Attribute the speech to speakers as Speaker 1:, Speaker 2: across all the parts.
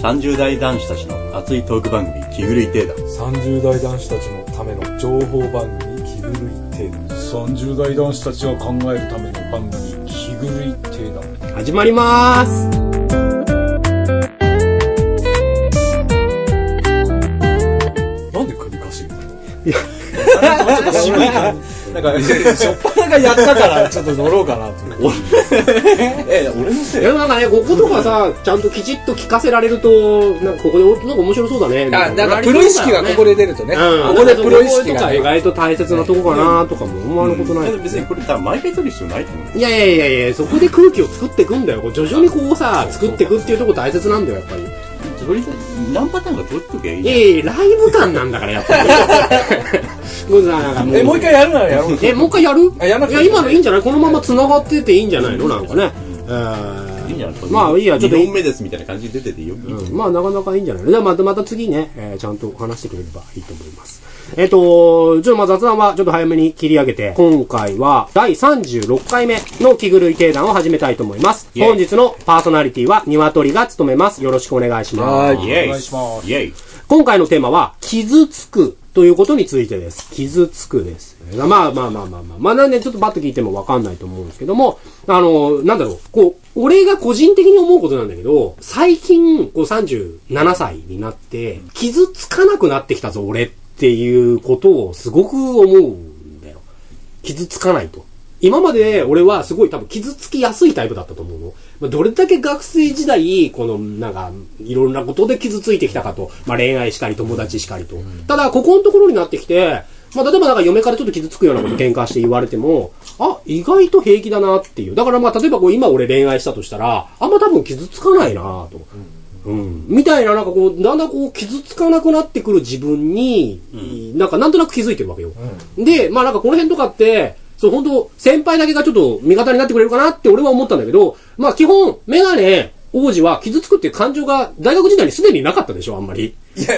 Speaker 1: 30代男子たちの熱いトーク番組「気狂い定談
Speaker 2: 30代男子たちのための情報番組「気狂い定談」
Speaker 3: 30代男子たちが考えるための番組「日狂い定談」
Speaker 4: 始まります
Speaker 2: なんで首かしげたの
Speaker 3: 渋いからなんか
Speaker 2: パがやったからちょっと乗ろうかなと思って
Speaker 1: え俺のせ
Speaker 4: いやなんかね、こことかさ、ちゃんときちっと聞かせられると、なんかここで、おなんか面白そうだね。
Speaker 5: あ、なんかプロ意識がここ
Speaker 4: で。
Speaker 5: で出るとね。
Speaker 4: うん、
Speaker 5: ここでプロ意識
Speaker 4: こ
Speaker 5: が
Speaker 4: ういうとこ意
Speaker 5: ね。
Speaker 4: 外と大切なとこかなとかも思わぬことない。
Speaker 1: 別にこれ多分毎回撮る必要ないと思う
Speaker 4: いやいやいやいや、そこで空気を作っていくんだよ。こう徐々にこうさ、作っていくっていうとこ大切なんだよ、やっぱり。
Speaker 1: とりあえず何パターンか撮っときゃいい
Speaker 4: い
Speaker 1: じゃ
Speaker 4: や
Speaker 1: ん
Speaker 4: いや、ライブ感なんだから、や っぱり。ごめんなさいなんかもう
Speaker 5: え、もう一回やるならやろう。
Speaker 4: え、もう一回やる
Speaker 5: あやらなくて
Speaker 4: いや、
Speaker 5: いい
Speaker 4: 今のいいんじゃないこのまま繋がってていいんじゃないのなんかね。え
Speaker 1: いいんじゃ
Speaker 4: ー
Speaker 1: ない
Speaker 4: まあいいや、ちょっと。
Speaker 1: 2本目ですみたいな感じで出てていいよ、
Speaker 4: うんまあなかなかいいんじゃないのでまたまた次ね、えーちゃんと話してくれればいいと思います。えっ、と、ちょっとまあ雑談はちょっと早めに切り上げて、今回は第36回目の気狂い定談を始めたいと思います。
Speaker 1: イエイ
Speaker 4: 本日のパーソナリティは鶏が務めます。よろしくお願いします。
Speaker 1: イエイ
Speaker 3: お願いします
Speaker 1: イエイ
Speaker 4: 今回のテーマは、傷つくということについてです。傷つくです。まあまあまあまあまあ。まあなんでちょっとバッと聞いてもわかんないと思うんですけども、あの、なんだろう、こう、俺が個人的に思うことなんだけど、最近、こう37歳になって、傷つかなくなってきたぞ、俺っていうことをすごく思うんだよ。傷つかないと。今まで俺はすごい多分傷つきやすいタイプだったと思うの。まあ、どれだけ学生時代、このなんか、いろんなことで傷ついてきたかと。まあ、恋愛しかり、友達しかりと。ただ、ここのところになってきて、まあ、例えばなんか嫁からちょっと傷つくようなこと喧嘩して言われても、あ、意外と平気だなっていう。だからまあ、例えばこう今俺恋愛したとしたら、あんま多分傷つかないなと。うん。みたいな、なんかこう、だんだんこう、傷つかなくなってくる自分に、なんかなんとなく気づいてるわけよ。で、まあなんかこの辺とかって、そう、本当先輩だけがちょっと味方になってくれるかなって俺は思ったんだけど、まあ基本、メガネ王子は傷つくっていう感情が大学時代にすでになかったでしょ、あんまり。
Speaker 5: いや、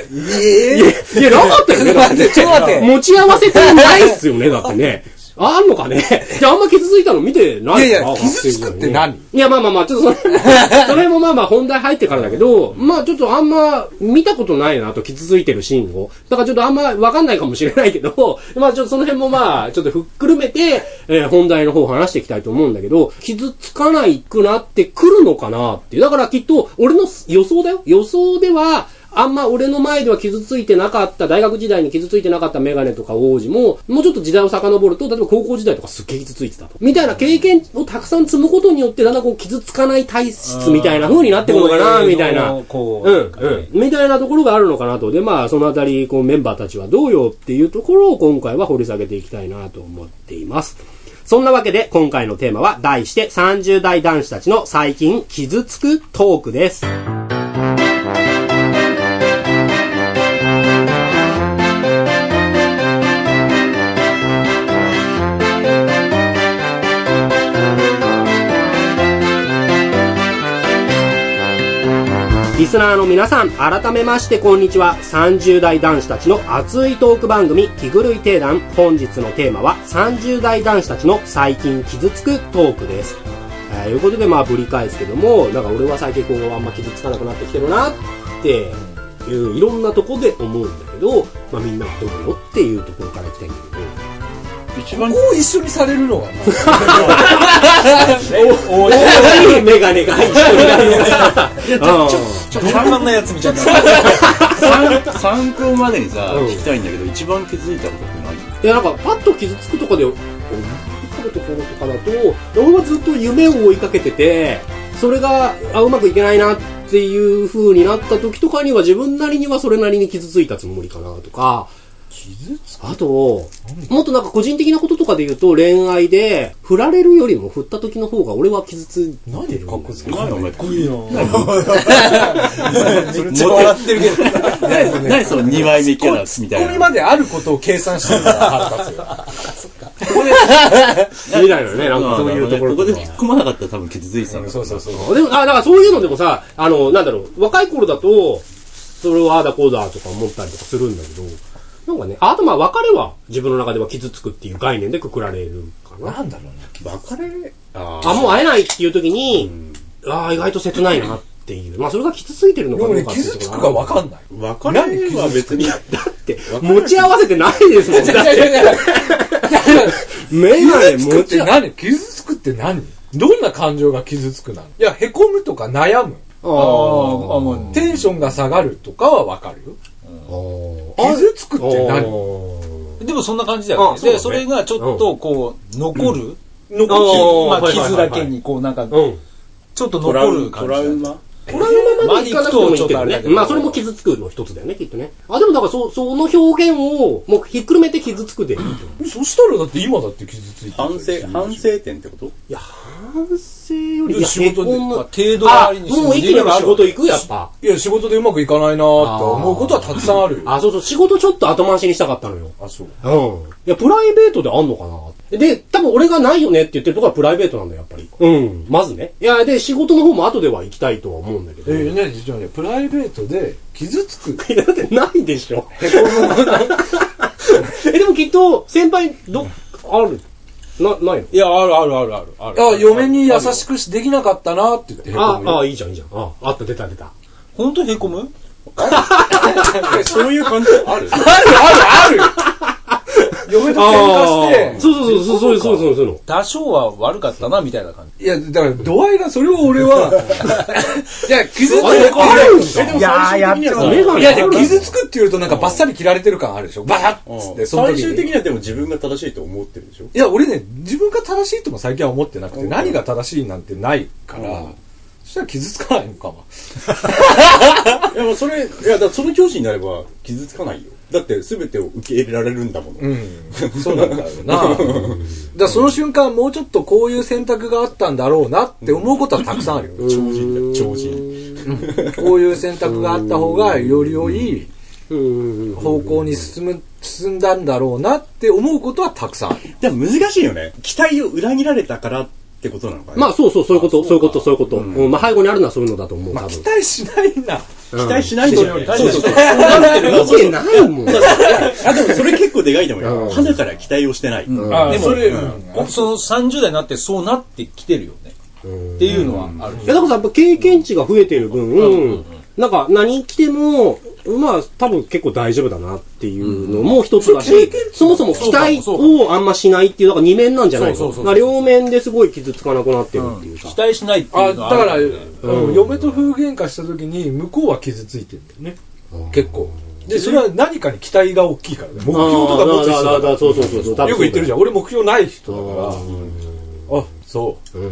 Speaker 5: え
Speaker 4: いや、いや、なかったよね。だって
Speaker 5: ちょっと 待って
Speaker 4: 持ち合わせてないっすよね、だってね。あんのかねじゃああんま傷ついたの見てない
Speaker 5: いやいや
Speaker 4: あ
Speaker 5: 傷つくって何
Speaker 4: いや、まあまあまあ、ちょっと それ、それもまあまあ本題入ってからだけど、まあちょっとあんま見たことないなと傷ついてるシーンを。だからちょっとあんまわかんないかもしれないけど、 まあちょっとその辺もまあ、ちょっとふっくるめて、えー本題の方を話していきたいと思うんだけど、傷つかないくなってくるのかなっていう。だからきっと、俺の予想だよ。予想では、あんま俺の前では傷ついてなかった、大学時代に傷ついてなかったメガネとか王子も、もうちょっと時代を遡ると、例えば高校時代とかすっげえ傷ついてたと。みたいな経験をたくさん積むことによって、だんだんこう傷つかない体質みたいな風になってくるのかな、みたいな。
Speaker 3: こう
Speaker 4: うん、うん。みたいなところがあるのかなと。で、まあ、そのあたり、こう、メンバーたちはどうよっていうところを今回は掘り下げていきたいなと思っています。そんなわけで、今回のテーマは、題して30代男子たちの最近傷つくトークです。リスナーの皆さん、改めましてこんにちは。30代男子たちの熱いトーク番組、気狂い定談。本日のテーマは、30代男子たちの最近傷つくトークです。えーいうことで、まあ、ぶり返すけども、なんか俺は最近こう、あんま傷つかなくなってきてるなっていう、いろんなとこで思うんだけど、まあ、みんなはどうよっていうところからいきたいんだけど。
Speaker 1: 一番
Speaker 5: こう一緒にされるのがな。
Speaker 4: おい メガネが入っちゃうなうん
Speaker 3: ちょっと散々なやつみたいな
Speaker 1: 参考までにさ、
Speaker 4: うん
Speaker 1: 聞きたいんだけど一番気づいたことってない
Speaker 4: いやなんかパッと傷つくとかで思い浮かぶところとかだと俺はずっと夢を追いかけててそれがあうまくいけないなっていう風になった時とかには自分なりにはそれなりに傷ついたつもりかなとか
Speaker 3: 傷つ
Speaker 4: あともっとなんか個人的なこととかで言うと恋愛で振られるよりも振った時の方が俺は傷ついてるんだよね
Speaker 5: かっこつけ
Speaker 1: 何お前
Speaker 3: くいいよ
Speaker 5: めっちゃ笑ってるけど。
Speaker 1: 何その2枚目キャラみた
Speaker 5: ツッコ
Speaker 1: い
Speaker 5: ミ
Speaker 1: な
Speaker 5: まであることを計算してるから腹立つよ。
Speaker 3: っか。
Speaker 4: 未来のね、なんかそういうところ
Speaker 1: ことで
Speaker 4: か
Speaker 1: 突っ込まなかったら多分傷ついてたんだ
Speaker 5: そうそうそう。
Speaker 4: でも、あ、だからそういうのでもさ、あの、なんだろう、若い頃だと、それはああだこうだとか思ったりとかするんだけど、なんかね、ああとまあ別れは自分の中では傷つくっていう概念でくくられるかな。
Speaker 5: なんだろうね。
Speaker 1: 別れあ
Speaker 4: あ、もう会えないっていう時に、ああ、意外と切ないなっていう。まあそれが傷ついてるの
Speaker 3: で
Speaker 4: か
Speaker 3: も
Speaker 4: どう
Speaker 3: ね、
Speaker 4: かっていう
Speaker 3: 傷
Speaker 4: と
Speaker 3: つ
Speaker 4: こ
Speaker 3: く
Speaker 4: ろ
Speaker 3: か
Speaker 4: な
Speaker 3: わかんない。
Speaker 1: 別れは別に、だって、
Speaker 4: 持ち合わせてないです もん。だって、メガネ
Speaker 3: 傷
Speaker 4: 持
Speaker 3: つくっ
Speaker 4: ち
Speaker 3: て
Speaker 4: 合わ
Speaker 3: 何傷つくって何どんな感情が傷つくなのいや、凹むとか悩む。
Speaker 6: ああ、あもう、
Speaker 3: テンションが下がるとかはわかるよ。
Speaker 4: あー
Speaker 3: 傷つくって
Speaker 4: あ
Speaker 3: 何
Speaker 4: ー
Speaker 6: でもそんな感じだよ
Speaker 4: あ
Speaker 6: ね。
Speaker 4: そうだね
Speaker 6: で、それがちょっとこう、残る。残
Speaker 4: あー
Speaker 6: ま
Speaker 4: は
Speaker 6: あ
Speaker 4: いはいはい
Speaker 6: 傷だけに、こうなんか、
Speaker 4: うん。
Speaker 6: ちょっと
Speaker 1: トラ
Speaker 6: 残
Speaker 1: ウマ、
Speaker 6: る
Speaker 1: ト
Speaker 6: 感
Speaker 1: ラウ
Speaker 6: じ。
Speaker 1: マ
Speaker 4: トラウマまでいかなくてもいいけ
Speaker 6: まあ行くとちょっと
Speaker 4: ど
Speaker 6: あれだ
Speaker 4: ね
Speaker 6: け。ど
Speaker 4: まあ、それも傷つくの一つだよね、きっとね。あ、でもだから、そ、その表現を、もうひっくるめて傷つくでいいと思う。
Speaker 3: そしたらだって今だって傷ついてる。
Speaker 1: 反省、反省点ってこと
Speaker 4: いや、反省より、いや、
Speaker 3: 仕事で、
Speaker 4: 結婚
Speaker 3: ま
Speaker 4: の、
Speaker 3: あ程度
Speaker 4: あ、
Speaker 3: ありに
Speaker 4: もう一気に俺仕事行くやっぱ。
Speaker 3: いや、仕事でうまくいかないなーって思うことはたくさんあるよ。
Speaker 4: あ、そうそう、仕事ちょっと後回しにしたかったのよ。
Speaker 3: あ、そう。
Speaker 4: うん。いや、プライベートであんのかなで、多分俺がないよねって言ってるところはプライベートなんだよ、やっぱり。うん。まずね。いや、で、仕事の方も後では行きたいとは思うんだけど。
Speaker 3: え、ね、じゃあね、プライベートで傷つく。
Speaker 4: だってないでしょ。 え、でもきっと、先輩、ど、あるな、ないの
Speaker 6: いや、あるあるあるある。ある
Speaker 3: あ、嫁に優しくしできなかったなーって言って凹むよ。
Speaker 4: あ、あ、いいじゃん、いいじゃん。あ、あった、出た、出 た。
Speaker 6: 本当に凹む
Speaker 1: そういう感じある
Speaker 3: あるあるある嫁と喧嘩し
Speaker 4: そうそうそう、そういう、そういう、そういうの。
Speaker 6: 多少は悪かったな、みたいな感
Speaker 3: て、
Speaker 6: じ。
Speaker 3: いや、だから度合いが、それを俺は、 いや、傷つ
Speaker 4: あれ、あるんすか
Speaker 1: いやー、やっ
Speaker 4: そうメガ
Speaker 3: く、
Speaker 4: ネ
Speaker 3: いや、でも傷つくって言うとなんかバッサリ切られてる感あるでしょバサッつって、その
Speaker 1: 最
Speaker 3: 時
Speaker 1: 終的
Speaker 3: に。
Speaker 1: にはでも自分が正しいと思ってるでしょ
Speaker 3: いや、俺ね、自分が正しいとも最近は思ってなくて、何が正しいなんてないから、そしたら傷つかないのかも。
Speaker 1: いや、もうそれ、いや、だからその教師になれば傷つかないよ。だって全てを受け入れられるんだもの。
Speaker 3: うん、そうなんだろうな。だからその瞬間、もうちょっとこういう選択があったんだろうなって思うことはたくさんあるよ。
Speaker 1: 超人だよ、超人。
Speaker 3: こういう選択があった方が、より良い
Speaker 4: うん。
Speaker 3: 方向に進む、進んだんだろうなって思うことはたくさんある。
Speaker 1: でも難しいよね。期待を裏切られたからってことなのかね。
Speaker 4: まあ、そうそう、そういうこと、そういうこと、そういうこと。うんまあ、背後にあるのはそういうのだと思う、
Speaker 3: ま
Speaker 4: 多
Speaker 3: あ、期
Speaker 4: 分。
Speaker 3: 待しないな。
Speaker 1: 期待しないとよ。そうそう そう。
Speaker 4: 見てないもん。
Speaker 1: あ、でもそれ結構でかいと思うよ。花から期待をしてない。
Speaker 6: あでも、
Speaker 1: それ
Speaker 6: 僕その30代になってそうなってきてるよね。っていうのはある。
Speaker 4: いや、だからさやっぱ経験値が増えてる分、なんか何着ても、まあ多分結構大丈夫だなっていうのも一つだし、そもそも期待をあんましないっていう、だから二面なんじゃない
Speaker 6: そ
Speaker 4: の
Speaker 6: うそうそ
Speaker 4: だ
Speaker 6: う
Speaker 4: から両面ですごい傷つかなくなってるっていう
Speaker 6: 期
Speaker 4: さ。
Speaker 6: 待しないってい
Speaker 3: あ、
Speaker 6: うの
Speaker 3: だ
Speaker 6: は
Speaker 3: から、
Speaker 6: あるよね
Speaker 3: うん嫁と夫婦喧嘩した時に、向こうは傷ついてるんだよね。結構。で、それは何かに期待が大きいからね。目標とか持つ人
Speaker 4: あーだからだ
Speaker 3: だ
Speaker 4: か
Speaker 3: から
Speaker 4: そうそうそうそう。
Speaker 3: ら。よく言ってるじ
Speaker 4: ゃ
Speaker 3: ゃん。俺目標ない人だから。あ、そう。
Speaker 1: あ
Speaker 3: う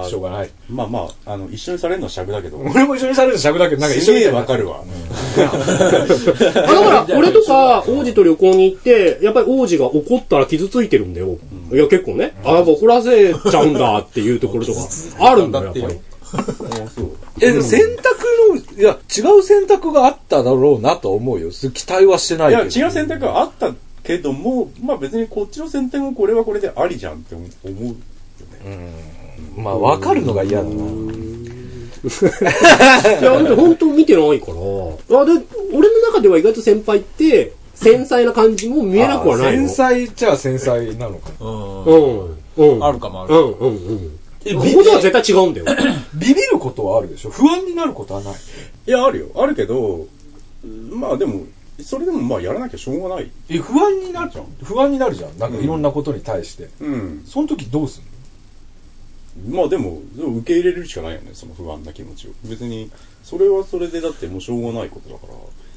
Speaker 1: ー
Speaker 3: ん、しょうがない。
Speaker 1: まあまあ、あの、一緒にされるのは尺だけど。
Speaker 3: 俺も一緒にされると尺だけど、なんか一
Speaker 1: す
Speaker 3: 緒に
Speaker 1: げ
Speaker 3: や
Speaker 1: え
Speaker 3: る
Speaker 1: わかるわ。
Speaker 4: ん。あだ から俺とか王子と旅行に行って、やっぱり王子が怒ったら傷ついてるんだよ。いや結構ね、あやっぱ怒らせちゃうんだっていうところとかあるんだよ、やっぱり。
Speaker 3: え、でも選択の、いや、違う選択があっただろうなと思うよ。す期待はしてない
Speaker 1: い
Speaker 3: け
Speaker 1: や、違
Speaker 3: ど。
Speaker 1: う選択があったけども、まあ別にこっちの選択もこれはこれでありじゃんって思う。
Speaker 3: まあ、わかるのが嫌だ
Speaker 4: い
Speaker 3: な。
Speaker 4: や、本当見てないから。あで、俺の中では意外と先輩って、繊細な感じも見えなくはないの。
Speaker 3: 繊細っちゃ繊細なのかな。
Speaker 4: うん。うん。
Speaker 6: あるかもあ
Speaker 4: う
Speaker 6: る。
Speaker 4: んうんうん。ここでは絶対違うんだよ。
Speaker 3: ビビることはあるでしょ不安になることはない。
Speaker 1: いや、あるよ。あるけど、まあでも、それでもまあやらなきゃしょうがない。
Speaker 3: え、不安になるじゃん。不安になるじゃん。なんかいろんなことに対して。
Speaker 1: うん。
Speaker 3: その時どうすん
Speaker 1: まあでも、受け入れるしかないよね、その不安な気持ちを。別に、それはそれでだってもうしょうがないことだから。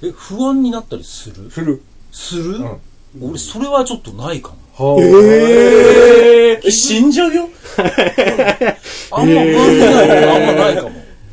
Speaker 6: え、不安になったりする
Speaker 3: の振る。
Speaker 6: する
Speaker 3: ん
Speaker 6: 俺、それはちょっとないかも。
Speaker 3: はあ
Speaker 4: え
Speaker 1: え、死んじゃうよ
Speaker 6: あんま不安になることあんまないかも。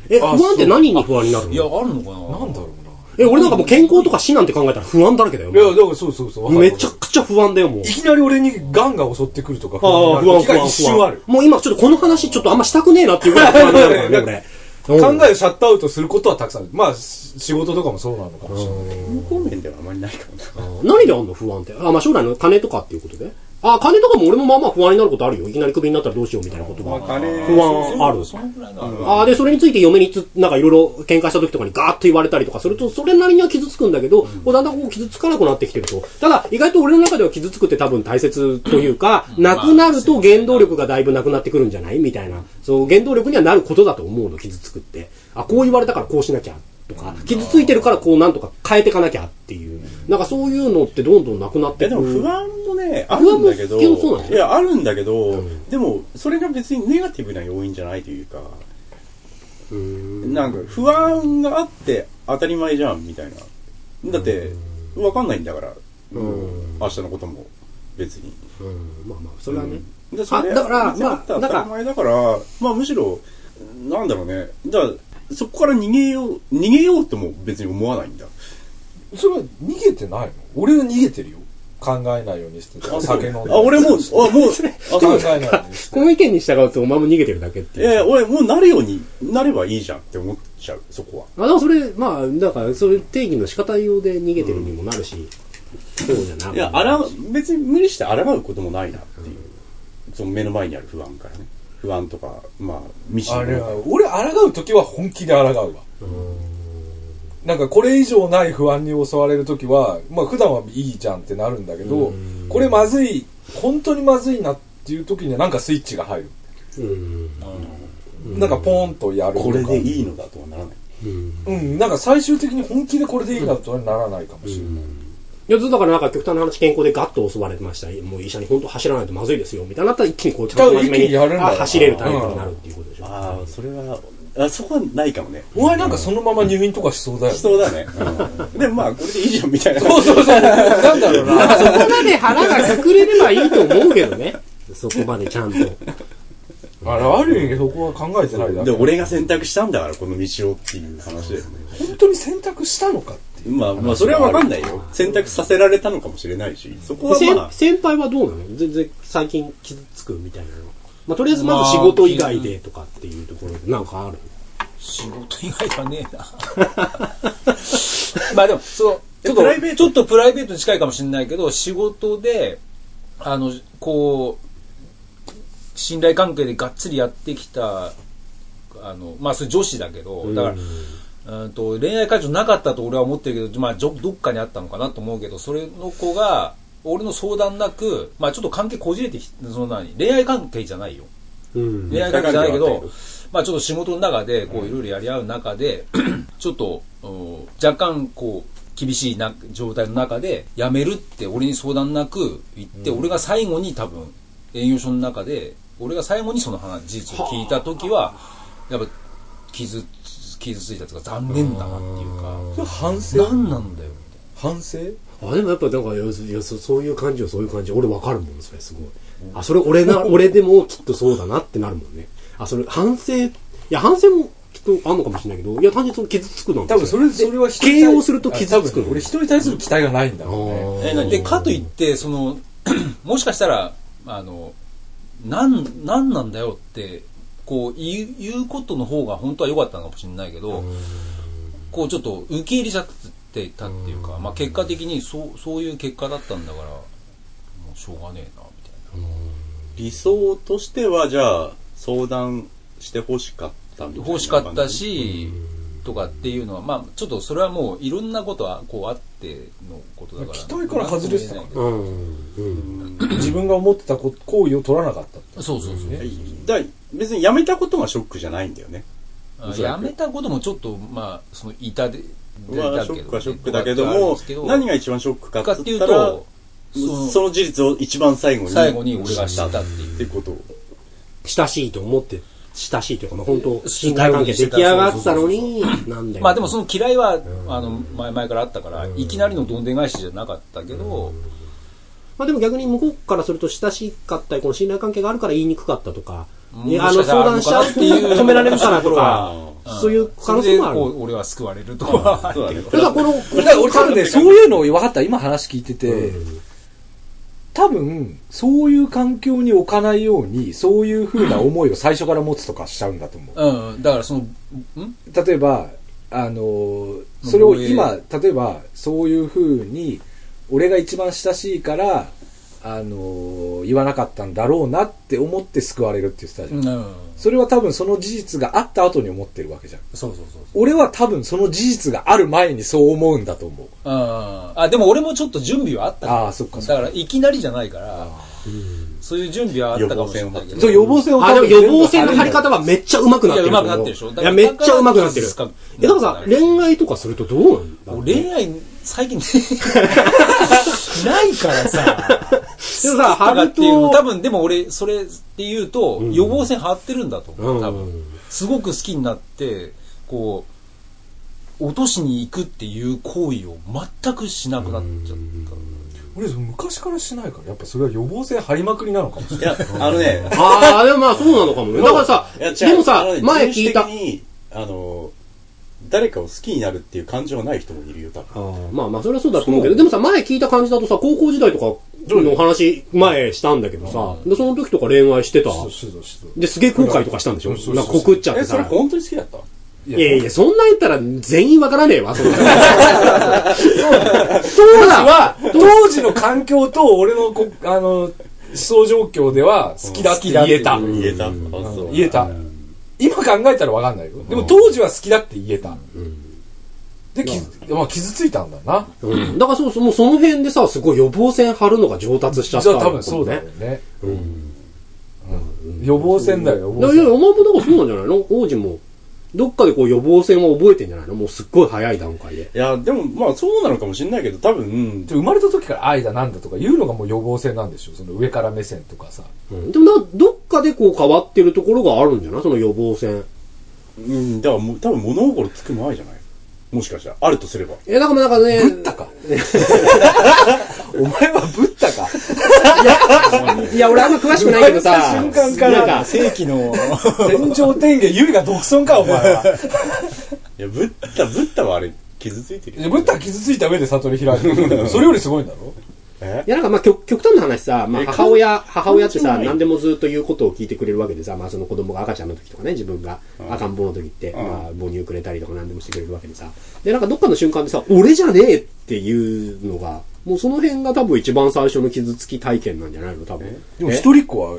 Speaker 4: え、不安って何に不安になる
Speaker 6: いや、
Speaker 4: の
Speaker 6: あるのか
Speaker 3: なん
Speaker 6: な
Speaker 3: だろ
Speaker 4: え、俺なんかもう健康とか死なんて考えたら不安だらけだよ。
Speaker 3: うな。いや、だからそうそうそう。わかる
Speaker 4: めちゃくちゃ不安だよ、もう
Speaker 3: い。きなり俺に癌が襲ってくるとか、不
Speaker 4: ああ、
Speaker 3: 安に
Speaker 4: 不安、不
Speaker 3: なる時が
Speaker 4: 安、
Speaker 3: 一
Speaker 4: 不
Speaker 3: 瞬あ
Speaker 4: 安
Speaker 3: る。。
Speaker 4: もう今ちょっとこの話ちょっとあんましたくねえなっていうぐらい不安になるからね、俺。うん
Speaker 3: 考えをシャットアウトすることはたくさんある。まあ、し仕事とかもそうなのかもしれない。
Speaker 1: 方面ではあまりないかもな。
Speaker 4: 何であんの不安って。あ、まあ将来の金とかっていうことで。あ、金とかも俺もまあまあ不安になることあるよ。いきなりクビになったらどうしようみたいなことが。
Speaker 1: あれ
Speaker 4: 不安ある。
Speaker 3: そのぐらいのある
Speaker 4: ああ、で、それについて嫁につ、なんかいろいろ喧嘩した時とかにガーッと言われたりとかすると、それなりには傷つくんだけど、こうだんだんこう傷つかなくなってきてると。ただ、意外と俺の中では傷つくって多分大切というか、なくなると原動力がだいぶなくなってくるんじゃないみたいな。そう、原動力にはなることだと思うの、傷つくって。あ、こう言われたからこうしなきゃ。とか、傷ついてるからこうなんとか変えていかなきゃっていう。なんかそういうのってどんどんなくなって
Speaker 1: え
Speaker 4: く
Speaker 1: で
Speaker 4: る。
Speaker 1: も不安もね、あるんだけど、
Speaker 4: 不安もそうなんです
Speaker 1: い
Speaker 4: ね
Speaker 1: や、あるんだけど、でも、それが別にネガティブな要因じゃないというか、なんか、不安があって当たり前じゃん、みたいな。だって、わかんないんだから、明日のことも、別に。
Speaker 4: うんまあまあ、それはね。
Speaker 1: でそれ
Speaker 4: あだから
Speaker 1: 別にあって
Speaker 4: ま
Speaker 1: 当
Speaker 4: あ
Speaker 1: たり前だから、まあむしろ、なんだろうね、だから、そこから逃げよう、逃げようとも別に思わないんだ。
Speaker 3: それは逃げてないの俺は逃げてるよ。考えないようにしてた。酒飲んで。
Speaker 1: あ、俺 もう、あ、もう、あ
Speaker 3: 考
Speaker 1: そう
Speaker 3: えないようにして
Speaker 4: この意見に従うとお前も逃げてるだけって
Speaker 1: い
Speaker 4: いう。
Speaker 1: やいや俺もうなるようになればいいじゃんって思っちゃう、そこは。
Speaker 4: あ、でもそれ、まあ、だから、それ定義の仕方用で逃げてるにもなるし、そうじゃなくても
Speaker 1: いや、あら、別に無理して抗うこともないなっていう。その目の前にある不安からね。不安とか、まあ、未知
Speaker 3: あ
Speaker 1: の
Speaker 3: れは、俺、抗う時は本気で抗うわ。なんか、これ以上ない不安に襲われる時は、まあ、普段はいいじゃんってなるんだけど、これまずい、本当にまずいなっていう時には、なんかスイッチが入る。
Speaker 4: うん。
Speaker 3: なんか、ポーンとやるとか。
Speaker 1: これでいいのだとはならない。
Speaker 4: うん。
Speaker 3: うん、なんか最終的に本気でこれでいいなとはならないかもしれない。
Speaker 4: いや、ずっとだからなんか極端な話、健康でガッと襲われてました。もう医者に本当走らないとまずいですよ、みたいになったら一気にこう、ちゃんと真面目
Speaker 3: 一気にやるん
Speaker 4: に、
Speaker 3: だ
Speaker 4: あ、走れるタイプになるっていうことでしょ。
Speaker 1: ああ、それは、あそこはないかもね。
Speaker 3: お前なんかそのまま入院とかしそうだよね。
Speaker 1: しそうだね。で、まあ、これでいいじゃんみたいな。
Speaker 3: そうそうそう。なんだろうな。
Speaker 4: そこまで腹が隠れればいいと思うけどね。そこまでちゃんと。
Speaker 3: あれ、ある意味そこは考えてないだ
Speaker 1: で、
Speaker 3: け。
Speaker 1: 俺が選択したんだから、この道をっていう話だよね。
Speaker 3: 本当に選択したのかっていう。
Speaker 1: まあ、まあ、それはわかんないよ。選択させられたのかもしれないし、そこはまあ
Speaker 4: 先、先輩はどうなの全然最近傷つくみたいなの。まあ、とりあえずまず仕事以外でとかっていうところで、なんかある。
Speaker 6: 仕事以外はねえな。 まあでも、そう、ちょっ
Speaker 1: プライベー
Speaker 6: と、
Speaker 1: ト
Speaker 6: ちょっとプライベートに近いかもしれないけど、仕事で、あの、こう、信頼関係でがっつりやってきた、あの、まあ、それ女子だけど、だから、うんと恋愛感情なかったと俺は思ってるけど、まあ、じょどっかにあったのかなと思うけど、それの子が、俺の相談なく、まあ、ちょっと関係こじれてきて、その何、恋愛関係じゃないよ。
Speaker 4: うん。
Speaker 6: 恋愛関係じゃない
Speaker 1: う
Speaker 6: け
Speaker 1: ん
Speaker 6: ど、まあちょっと仕事の中で、こういろいろやり合う中で、 ちょっと、うん若干こう、厳しいな状態の中で、辞めるって俺に相談なく言って、俺が最後に多分、営業所の中で、俺が最後にその話、事実を聞いた時は、やっぱ、傷つ、傷ついたというか、残念だなっていうか、
Speaker 3: それ反省
Speaker 6: 何なんだよ。
Speaker 3: 反省
Speaker 4: あ、でもやっぱなんか、よそよそそういう感じよ、そういう感じ。俺わかるもん、それすごい。あ、それ俺な、俺でもきっとそうだなってなるもんね。あ、それ反省、いや、反省もきっとあんのかもしれないけど、いや、単純にその傷つくなん
Speaker 3: 多分それ、それは人に対
Speaker 4: 形容すると傷つく
Speaker 3: あ多分俺人に対する期待がないんだろうね。
Speaker 4: あ
Speaker 6: えでかといってその もしかしたらあのなんなんなんだよってこう言う言うことの方が本当は良かったのかもしれないけどこうちょっと受け入れちゃってたっていうか、まあ、結果的にそうそういう結果だったんだからもうしょうがねえなみたいな。
Speaker 1: 理想としては、じゃあ、相談してほしかったみたいな。
Speaker 6: 欲しかった。し、とかっていうのは、まあ、ちょっとそれはもういろんなことはこうあってのことだから。
Speaker 3: 期待から外れてたから
Speaker 4: うん。うん。
Speaker 3: 自分が思ってたこ行為を取らなかった。
Speaker 6: そうそうそう。
Speaker 1: だ別に辞めたことがショックじゃないんだよね。
Speaker 6: あ
Speaker 1: おそら
Speaker 6: や
Speaker 1: く
Speaker 6: めたこともちょっと、まあ、その痛で、で
Speaker 1: まあ、
Speaker 6: だ
Speaker 1: ショ
Speaker 6: けど
Speaker 1: ッ
Speaker 6: ね
Speaker 1: クはショックだけども、何が一番ショックか
Speaker 6: か
Speaker 1: っ
Speaker 6: ってて
Speaker 1: 言
Speaker 6: い
Speaker 1: っ
Speaker 6: う
Speaker 1: たら、
Speaker 6: と、
Speaker 1: その事実を一番最後に。
Speaker 6: 最後に俺が知ったっていう
Speaker 1: ってことを。
Speaker 4: 親しいと思って、親しいというか、まあ、本当信
Speaker 6: 信
Speaker 4: 頼関
Speaker 6: 頼関
Speaker 4: 係
Speaker 6: 係
Speaker 4: 出来上がってたのに、なんだよ。
Speaker 6: まあでもその嫌いは、あの、前々からあったから、いきなりのどんでん返しじゃなかったけど、
Speaker 4: まあでも逆に向こうからすると親しかったり、この信頼関係があるから言いにくかったとか、
Speaker 6: うん
Speaker 4: ね
Speaker 6: も
Speaker 4: あ
Speaker 6: し
Speaker 4: の
Speaker 6: かした
Speaker 4: 相
Speaker 6: ら
Speaker 4: 談しちゃうっていう、止められるからとか、そういう可能性もある。
Speaker 6: それでこう俺は救われると か、
Speaker 1: そうだね。
Speaker 4: それがこの、
Speaker 5: だから俺多分ね、そういうのを分かった。今話聞いてて、多分、そういう環境に置かないように、そういう風な思いを最初から持つとかしちゃうんだと思う。
Speaker 6: うん、だからその、ん
Speaker 5: 例えば、あのーそれを今、例えば、そういう風に、俺が一番親しいから、あのー言わなかったんだろうなって思って救われるって言ってたじゃん。
Speaker 6: うん。
Speaker 5: それは多分その事実があった後に思ってるわけじゃん。
Speaker 6: そうそうそうそう。
Speaker 5: 俺は多分その事実がある前にそう思うんだと思う。
Speaker 6: うんあ、でも俺もちょっと準備はあった
Speaker 5: あーそっかそっ
Speaker 6: だから、いきなりじゃないから、そういう準備はあったかもしれないけど。
Speaker 5: そう、予防線を
Speaker 4: あ、
Speaker 5: 多
Speaker 4: でも
Speaker 5: 分
Speaker 4: 予防線の張り方はめっちゃ上手くなってると思。
Speaker 6: いや上手くなってるでしょだ
Speaker 4: い
Speaker 6: から
Speaker 4: や、めっちゃ上手くなってる。
Speaker 6: だから
Speaker 4: え、だからさ、恋愛とかするとどうなんだろうね
Speaker 6: 恋愛、最近、 ないからさ。
Speaker 4: でもさ、
Speaker 6: とか
Speaker 4: 春
Speaker 6: っていうの
Speaker 4: と
Speaker 6: 多、分でも俺、それって言うと、予防線張ってるんだと思う。多分。すごく好きになって、こう、落としに行くっていう行為を全くしなくなっちゃった。
Speaker 3: 俺、昔からしないから、やっぱそれは予防線張りまくりなのかもし れない
Speaker 1: いや、あのね、
Speaker 4: ああ、でもまあそうなのかもね。だからさ、
Speaker 1: いや違う
Speaker 4: でもさ
Speaker 1: あのね、
Speaker 4: 前聞いた。
Speaker 1: 人種的に、あの、誰かを好きになるっていう感情がない人もいるよ、多分。
Speaker 4: あーまあまあ、それはそうだと思うけど、でもさ、前聞いた感じだとさ、高校時代とかの話、前したんだけどさ、で、その時とか恋愛してた。
Speaker 3: そうそうそうそう
Speaker 4: で、すげえ後悔とかしたんでしょ
Speaker 3: うんそうそう
Speaker 4: なんか告っちゃって
Speaker 1: え、それ
Speaker 4: さ。
Speaker 1: 本当に好きだった
Speaker 4: いやいや、そんなん言ったら全員わからねえわ、そん なそうだ
Speaker 3: は、 当時の環境と俺のこ、あの、思想状況では好きだって言えた。
Speaker 1: 言えた。あ、
Speaker 3: う
Speaker 1: そう。
Speaker 3: ん言えた。今考えたらわかんないよ。でも当時は好きだって言えた。で、傷、まあ傷ついたんだな。
Speaker 4: うんだからそうそう、もうその辺でさ、すごい予防線張るのが上達しち
Speaker 3: じ
Speaker 4: ゃ
Speaker 3: ゃあ
Speaker 4: った。
Speaker 3: 多分そうだよ。ね。うん予防線だよ、予
Speaker 4: いや
Speaker 3: 防
Speaker 4: いや、
Speaker 3: 線。
Speaker 4: お前もだからそうなんじゃないの王子も。どっかでこう予防線を覚えてんじゃないのもうすっごい早い段階で。
Speaker 1: いや、でも、まあ、そうなのかもしれないけど、多分、
Speaker 3: 生まれた時から愛だなんだとか言うのがもう予防線なんでしょその上から目線とかさ。
Speaker 4: うんでもな、どっかでこう変わってるところがあるんじゃないその予防線。
Speaker 1: うん、だからもう、多分物心つく前じゃないもしかしたら、あるとすれば。
Speaker 4: え、だからなんかね、
Speaker 3: ブッダ か。お前はブッダか。
Speaker 4: いや、俺あんま詳しくないけどさ、
Speaker 3: 生まれた瞬間から
Speaker 4: なんか、
Speaker 6: 正規の、
Speaker 3: 天上天下、ゆいが独尊か、お前は。
Speaker 1: いや、ブッダ、ブッダはあれ、傷ついてる
Speaker 3: い
Speaker 1: よ。
Speaker 3: やブッダ傷ついた上で悟り開いてる。それよりすごいんだろ
Speaker 1: え
Speaker 4: いや、なんかまあ極極端な話さ、まあ
Speaker 1: え
Speaker 4: 母親、母親って
Speaker 1: 関係
Speaker 4: さ、
Speaker 1: ない
Speaker 4: 何でもずっと言うことを聞いてくれるわけでさ、まあその子供が赤ちゃんの時とかね、自分が赤ん坊の時って、まあ母乳くれたりとか何でもしてくれるわけでさ。で、なんかどっかの瞬間でさ、俺じゃねえっていうのが、もうその辺が多分一番最初の傷つき体験なんじゃないの多分。
Speaker 3: でも一人っ子は、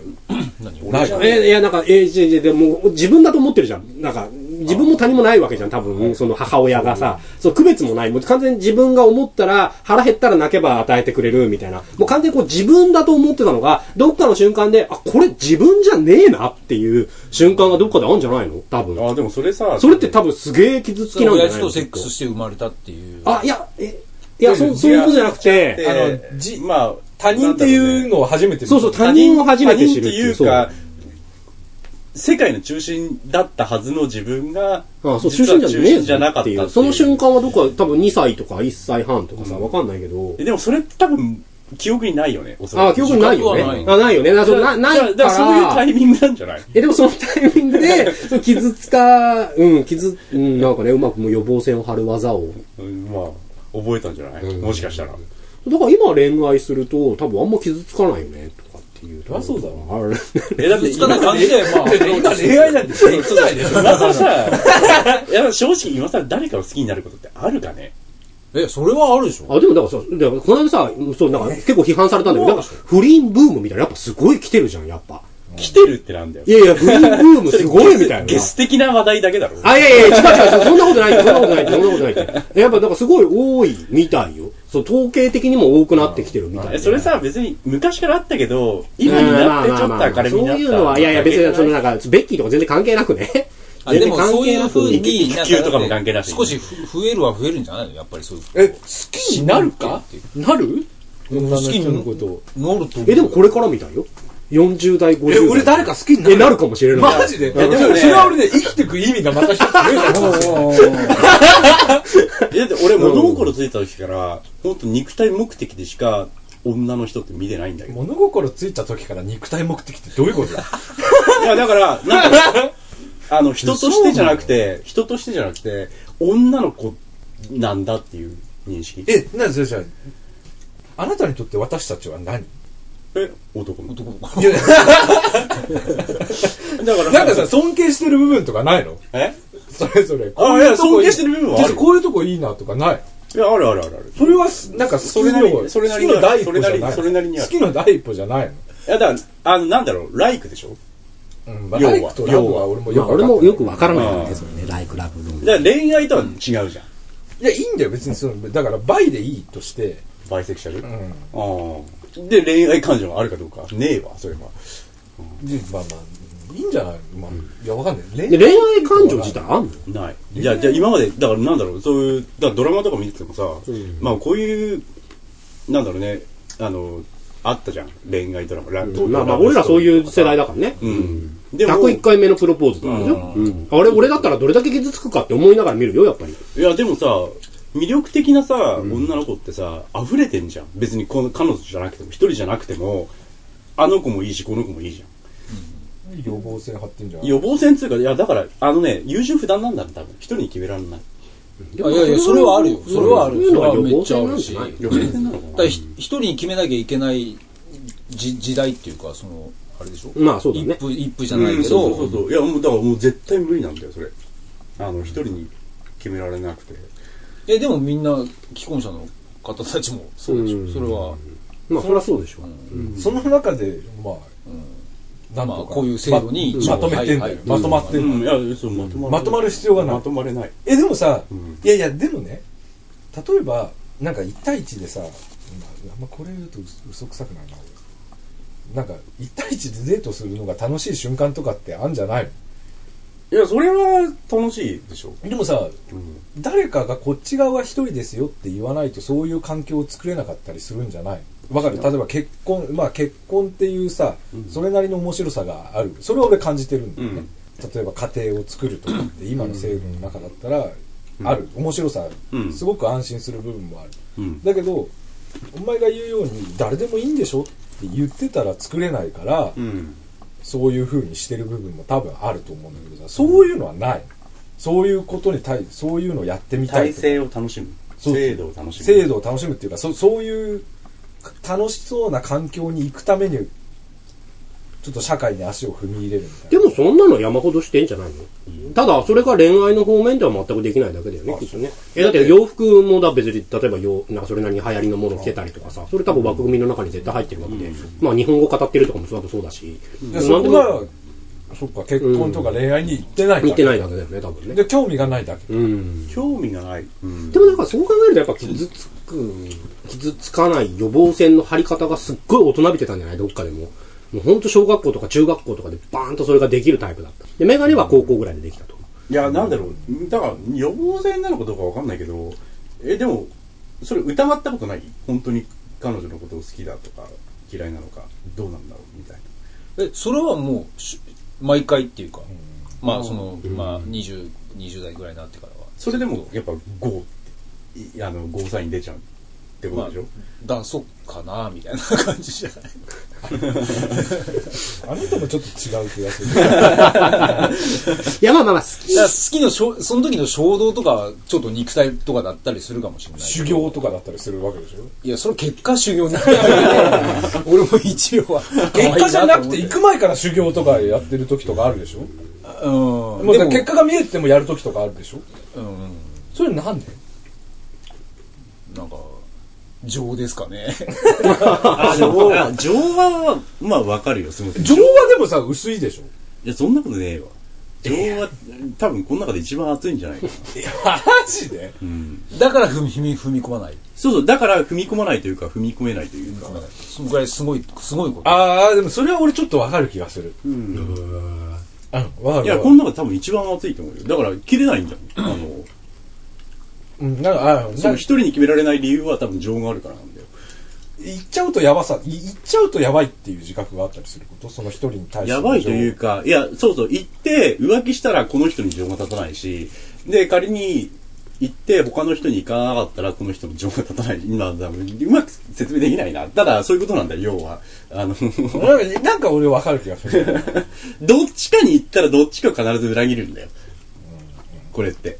Speaker 3: ないよね。
Speaker 4: え、いや、なんか、え、じじでも、自分だと思ってるじゃん。なんか、自分も他人もないわけじゃん、多分、その母親がさ、そう、区別もない。もう完全に自分が思ったら、腹減ったら泣けば与えてくれる、みたいな。もう完全にこう自分だと思ってたのが、どっかの瞬間で、あ、これ自分じゃねえなっていう瞬間がどっかであるんじゃないの多分。
Speaker 1: あ、でもそれさ、
Speaker 4: それって多分すげえ傷つきなんじゃ
Speaker 6: 親
Speaker 4: ない
Speaker 6: 父
Speaker 4: の
Speaker 6: とセックスして生まれたっていう。
Speaker 4: あ、いや、え、いや、そう、そういうことじゃなくて、
Speaker 1: で
Speaker 3: あのじ
Speaker 1: まあ、
Speaker 3: 他人っていうのを初めて見た
Speaker 4: そうそう、他人を初めて知る
Speaker 1: 他人っていう
Speaker 4: そう
Speaker 1: か、世界の中心だったはずの自分が、
Speaker 4: ああそう、中
Speaker 1: 実は
Speaker 4: 心じゃねえ
Speaker 1: 中じゃな
Speaker 4: ぞ
Speaker 1: か
Speaker 4: っ
Speaker 1: って
Speaker 4: て
Speaker 1: い
Speaker 4: いう。
Speaker 1: う。
Speaker 4: その瞬間はどこか、多分2歳とか1歳半とかさ、わかんないけど。
Speaker 1: でもそれって多分、記憶にないよね、おそらく
Speaker 4: ああ、記憶にないよ
Speaker 6: 自覚は
Speaker 4: ね。
Speaker 6: ない
Speaker 4: あないよね。なそうな
Speaker 1: だ
Speaker 4: な
Speaker 1: だ
Speaker 4: いからら。
Speaker 1: そういうタイミングなんじゃない
Speaker 4: え、でもそのタイミングで、そう傷つか、うん、傷、うん、なんかね、うまくもう予防線を張る技を。
Speaker 1: うんまあ、覚えたんじゃない、もしかしたら。
Speaker 4: だから今恋愛すると、多分あんま傷つかないよね、とかっていう。
Speaker 3: りゃそうだろ
Speaker 4: あれ。
Speaker 1: え、だって
Speaker 6: つかない感じで、まあ、
Speaker 3: 今恋愛なんてできないでしょ
Speaker 1: 今更さ、いや正直今更誰かを好きになることってあるかね
Speaker 6: え、それはあるでしょ
Speaker 4: あ、でもだからさ、だからこの間さ、そう、なんか結構批判されたんだけど、なんか不倫ブームみたいな、やっぱすごい来てるじゃん、やっぱ。
Speaker 1: 来てるってなんだよ
Speaker 4: い。やいや、不倫ブームすごいみたいな。
Speaker 1: ゲス的な話題だけだろ。
Speaker 4: あ、いやいや、違う違う、そんなことないって、そんなことないって、そんなことないって。やっぱ、だからすごい多いみたいよ。そう、統計的にも多くなってきてるみたい
Speaker 1: え
Speaker 4: な。
Speaker 1: それさ、別に昔からあったけど、今になってちょっと明るみになった。
Speaker 4: そういうのは、いやいや、別に、そのなんか、ベッキーとか全然関係なくね。
Speaker 6: あでもそういう
Speaker 4: ふ
Speaker 6: 風に、
Speaker 1: 育休とかも関係なし
Speaker 6: ん少しふ増えるは増えるんじゃないのやっぱりそういう。
Speaker 3: え、好きになるか
Speaker 4: なる
Speaker 3: 女の人のことを。
Speaker 6: 乗ると思う。
Speaker 4: え、でもこれからみたいよ。40代、50代。
Speaker 3: え、俺誰か好きにな
Speaker 4: え、
Speaker 3: る
Speaker 4: なるかもしれ ない。
Speaker 3: マジで
Speaker 4: い
Speaker 3: いや、でもねそれは俺ね、生きてく意味がまた一つ増えたよ
Speaker 1: えだって俺物心ついた時から、ほんと肉体目的でしか女の人って見てないん だけど。
Speaker 3: 物心ついた時から肉体目的ってどういうことだ
Speaker 1: いや、だから、なんか、あの、人としてじゃなくて、人としてじゃなくて、女の子なんだっていう認識。
Speaker 3: え、なんでそれじゃああなたにとって私たちは何
Speaker 1: え男の子。
Speaker 6: 男
Speaker 3: いや
Speaker 1: だから、
Speaker 3: なんかさ、尊敬してる部分とかないの
Speaker 1: え
Speaker 3: それぞれ。
Speaker 1: あいや尊敬してる部分はある
Speaker 3: ちょっとこういうとこいいなとかない
Speaker 1: いや、あるあるあるある。
Speaker 3: それはす、なんか好き
Speaker 1: それなりに
Speaker 3: の、
Speaker 1: それなり
Speaker 3: 好
Speaker 1: に
Speaker 3: きの第一
Speaker 1: そ
Speaker 3: 歩
Speaker 1: れ
Speaker 3: じ
Speaker 1: な
Speaker 3: ゃ
Speaker 1: り
Speaker 3: な
Speaker 1: に
Speaker 3: い。
Speaker 1: それなりにあ
Speaker 3: 好
Speaker 1: る。
Speaker 3: きの第一歩じゃない
Speaker 1: い
Speaker 3: の。
Speaker 1: や、だから、あの、なんだろう、ライクでしょ
Speaker 3: うん、
Speaker 1: 要は
Speaker 3: ライクとラブは俺も
Speaker 4: ま
Speaker 3: よ
Speaker 4: あ、
Speaker 3: く
Speaker 4: 俺
Speaker 3: わかんない
Speaker 4: もよくわからないんだ
Speaker 1: うん
Speaker 4: けど、それね、ライクラブロン。
Speaker 1: だから恋愛とは違うじゃん。
Speaker 3: いや、いいんだよ、別にその、だから、バイでいいとして、
Speaker 1: バイセクシャル。
Speaker 3: う
Speaker 1: あ
Speaker 3: ん。
Speaker 1: あ。で、恋愛感情があるかどうか。ねえわ、それは。
Speaker 3: でまあまあ、いいんじゃないまあ、いや、わかんない。
Speaker 4: で恋愛感情自体あんの
Speaker 1: ない。いや、じゃあ今まで、だからなんだろう、そういう、だからドラマとか見ててもさ、まあこういう、なんだろうね、あの、あったじゃん。恋愛ドラマ。ラ
Speaker 4: まあまあ、俺らそういう世代だからね。
Speaker 1: うん。でも、
Speaker 4: 101
Speaker 1: い
Speaker 4: 回目のプロポーズとかでしょうんあれ、俺だったらどれだけ傷つくかって思いながら見るよ、やっぱり。
Speaker 1: や、でもさ、魅力的なさ、女の子ってさ、溢れてんじゃん。別にこの彼女じゃなくても、一人じゃなくても、あの子もいいし、この子もいいじゃん。
Speaker 3: 予防線張ってんじゃない
Speaker 1: 予防線っていうか、いや、だから、あのね、優柔不断なんだろう、多分。一人に決められない。
Speaker 6: いやいや、それはあるよ。それはあ
Speaker 4: そう
Speaker 6: る。
Speaker 4: いう
Speaker 6: そ
Speaker 4: の
Speaker 6: れ
Speaker 4: は
Speaker 6: は
Speaker 4: 予
Speaker 6: めっ
Speaker 4: 防
Speaker 6: ちゃあ
Speaker 4: 線なん
Speaker 6: るし。
Speaker 4: じゃ
Speaker 6: だ
Speaker 4: な
Speaker 6: か
Speaker 4: い
Speaker 1: 予防線なのからな
Speaker 6: ひ一人に決めなきゃいけないじ時代っていうか、その、あれでしょ
Speaker 4: まあそうだね
Speaker 6: 一夫一夫じゃな
Speaker 1: う
Speaker 6: い
Speaker 1: ん、
Speaker 6: け
Speaker 1: そうそう
Speaker 6: ど、
Speaker 1: そう。いや、もう、だからもう絶対無理なんだよ、それ。あの、一人に決められなくて。
Speaker 6: え、でもみんな既婚者の方たちもそうでしょ。それは、
Speaker 4: まあ、そりゃそうでしょ。
Speaker 3: その中で、まあ、なん
Speaker 6: まあ
Speaker 3: とか
Speaker 6: こういう制度に
Speaker 3: ままとめてんだよ。まとまって
Speaker 1: うん
Speaker 3: だよ
Speaker 1: ん、いや、そう、まとまる。
Speaker 3: まとまる必要がない
Speaker 1: まとまれない。
Speaker 3: えでもさ、
Speaker 1: ん
Speaker 3: いやいやでもね例えばなんか1対1でさ、まあ、あんまこれ言うと嘘嘘くさくなるな俺なんか1対1でデートするのが楽しい瞬間とかってあんじゃない
Speaker 1: いや、それは楽しいでしょ。
Speaker 3: のでもさ
Speaker 1: うん。
Speaker 3: 誰かがこっち側は1人ですよって言わないとそういう環境を作れなかったりするんじゃないわかる例えば結婚まあ結婚っていうさ、それなりの面白さがあるそれは俺感じてるんだよね、例えば家庭を作るとかって今の制度の中だったらある、面白さある、
Speaker 1: うん
Speaker 3: すごく安心する部分もある
Speaker 1: うん。
Speaker 3: だけどお前が言うように誰でもいいんでしょって言ってたら作れないから、
Speaker 1: うん。
Speaker 3: そういう風にしてる部分も多分あると思うんだけどさそういうのはないそういうことに対そういうのをやってみたい
Speaker 1: 体
Speaker 3: とか
Speaker 1: 制を楽しむ。
Speaker 3: そう
Speaker 1: 制度を楽しむ。
Speaker 3: 制度を楽しむっていうかそそういう楽しそうな環境に行くためにちょっと社会に足を踏み入れるみたいな
Speaker 4: でもそんなの山ほどしてんじゃないのただ、それが恋愛の方面では全くできないだけだよね、きっとね。え、だって洋服もだ、別に、例えば洋、なんかそれなりに流行りのもの着てたりとかさ、それ多分枠組みの中に絶対入ってるわけで、まあ日本語語ってるとかもそうだとそうだし、
Speaker 3: で
Speaker 4: な
Speaker 3: そ
Speaker 4: んで
Speaker 3: こ
Speaker 4: も
Speaker 3: がそっか結婚とか恋愛に行ってないから
Speaker 4: 見てないだけだよね、多分ね。
Speaker 3: で興味がないだけ
Speaker 4: うん。
Speaker 1: 興味がない。うん。
Speaker 4: でもなんかそう考えるとやっぱ傷つく、傷つかない予防線の張り方がすっごい大人びてたんじゃないどっかでも。もうほんと小学校とか中学校とかでバーンとそれができるタイプだった。で、メガネは高校ぐらいでできたと。
Speaker 1: いや、なんだろう。だから、予防線なのかどうかわかんないけど、え、でも、それ疑ったことない本当に彼女のことを好きだとか、嫌いなのか、どうなんだろう、みたいな。
Speaker 6: え、それはもうし、毎回っていうか、まあその、まあ20、20代ぐらいになってからは。
Speaker 1: それでも、やっぱ、ゴーって、いあの、ゴーサイン出ちゃうってこ
Speaker 6: まあ
Speaker 1: とでしょ、、
Speaker 6: だ、そうかな、みたいな感じじゃない。
Speaker 3: あなたもちょっと違う気がする
Speaker 4: いや、まあまあまあ、好
Speaker 6: だ
Speaker 4: き
Speaker 6: から好きのしょ、その時の衝動とか、ちょっと肉体とかだったりするかもしれないけど。
Speaker 3: 修行とかだったりするわけでしょ
Speaker 6: いや、それ結果修行になったけど俺も一応は。
Speaker 3: 結果じゃなくて行
Speaker 6: い
Speaker 3: く前から修行とかやってる時とかあるでしょ
Speaker 6: うん。
Speaker 3: もうだか
Speaker 6: で
Speaker 3: ら
Speaker 6: も、
Speaker 3: 結果が見えててもやる時とかあるでしょ
Speaker 6: うん。
Speaker 3: それなんで
Speaker 6: なんか、情ですかね。
Speaker 1: あ、でも、情は、まあわかるよ、すごく。い
Speaker 3: 情はでもさ薄いでしょ
Speaker 1: や、そんなことねえわ。情は、多分この中で一番熱いんじゃないかな。
Speaker 3: マジで
Speaker 1: うん。
Speaker 6: だから踏み、踏み、踏み込まない。
Speaker 1: そうそう、だから踏み込まないというか、踏み込めないという
Speaker 6: 踏み
Speaker 1: か
Speaker 6: 込。まない。そのぐらいすごい、すごいこと。
Speaker 3: ああでもそれは俺ちょっとわかる気がする
Speaker 1: うん。
Speaker 3: うんわかる
Speaker 1: いや、この中で多分一番熱いと思うよ。だから、切れないんだもん。あの、
Speaker 3: うんなんかあー
Speaker 1: そ
Speaker 3: な
Speaker 1: の一
Speaker 3: んか
Speaker 1: 人に決められない理由は多分情があるからなんだよ。
Speaker 3: 行っちゃうとやばさい行っちゃうとやばいっていう自覚があったりすることその一人に対して
Speaker 1: やばいというか、いや、そうそう、行って、浮気したらこの人に情が立たないし、で、仮に行って、他の人に行かなかったら、この人の情が立たない。今、多分うまく説明できないな。ただ、そういうことなんだよ、要は。あの、
Speaker 3: なんかなんか俺わかる気がす る
Speaker 1: どっちかに行ったらどっちかを必ず裏切るんだよ。これって。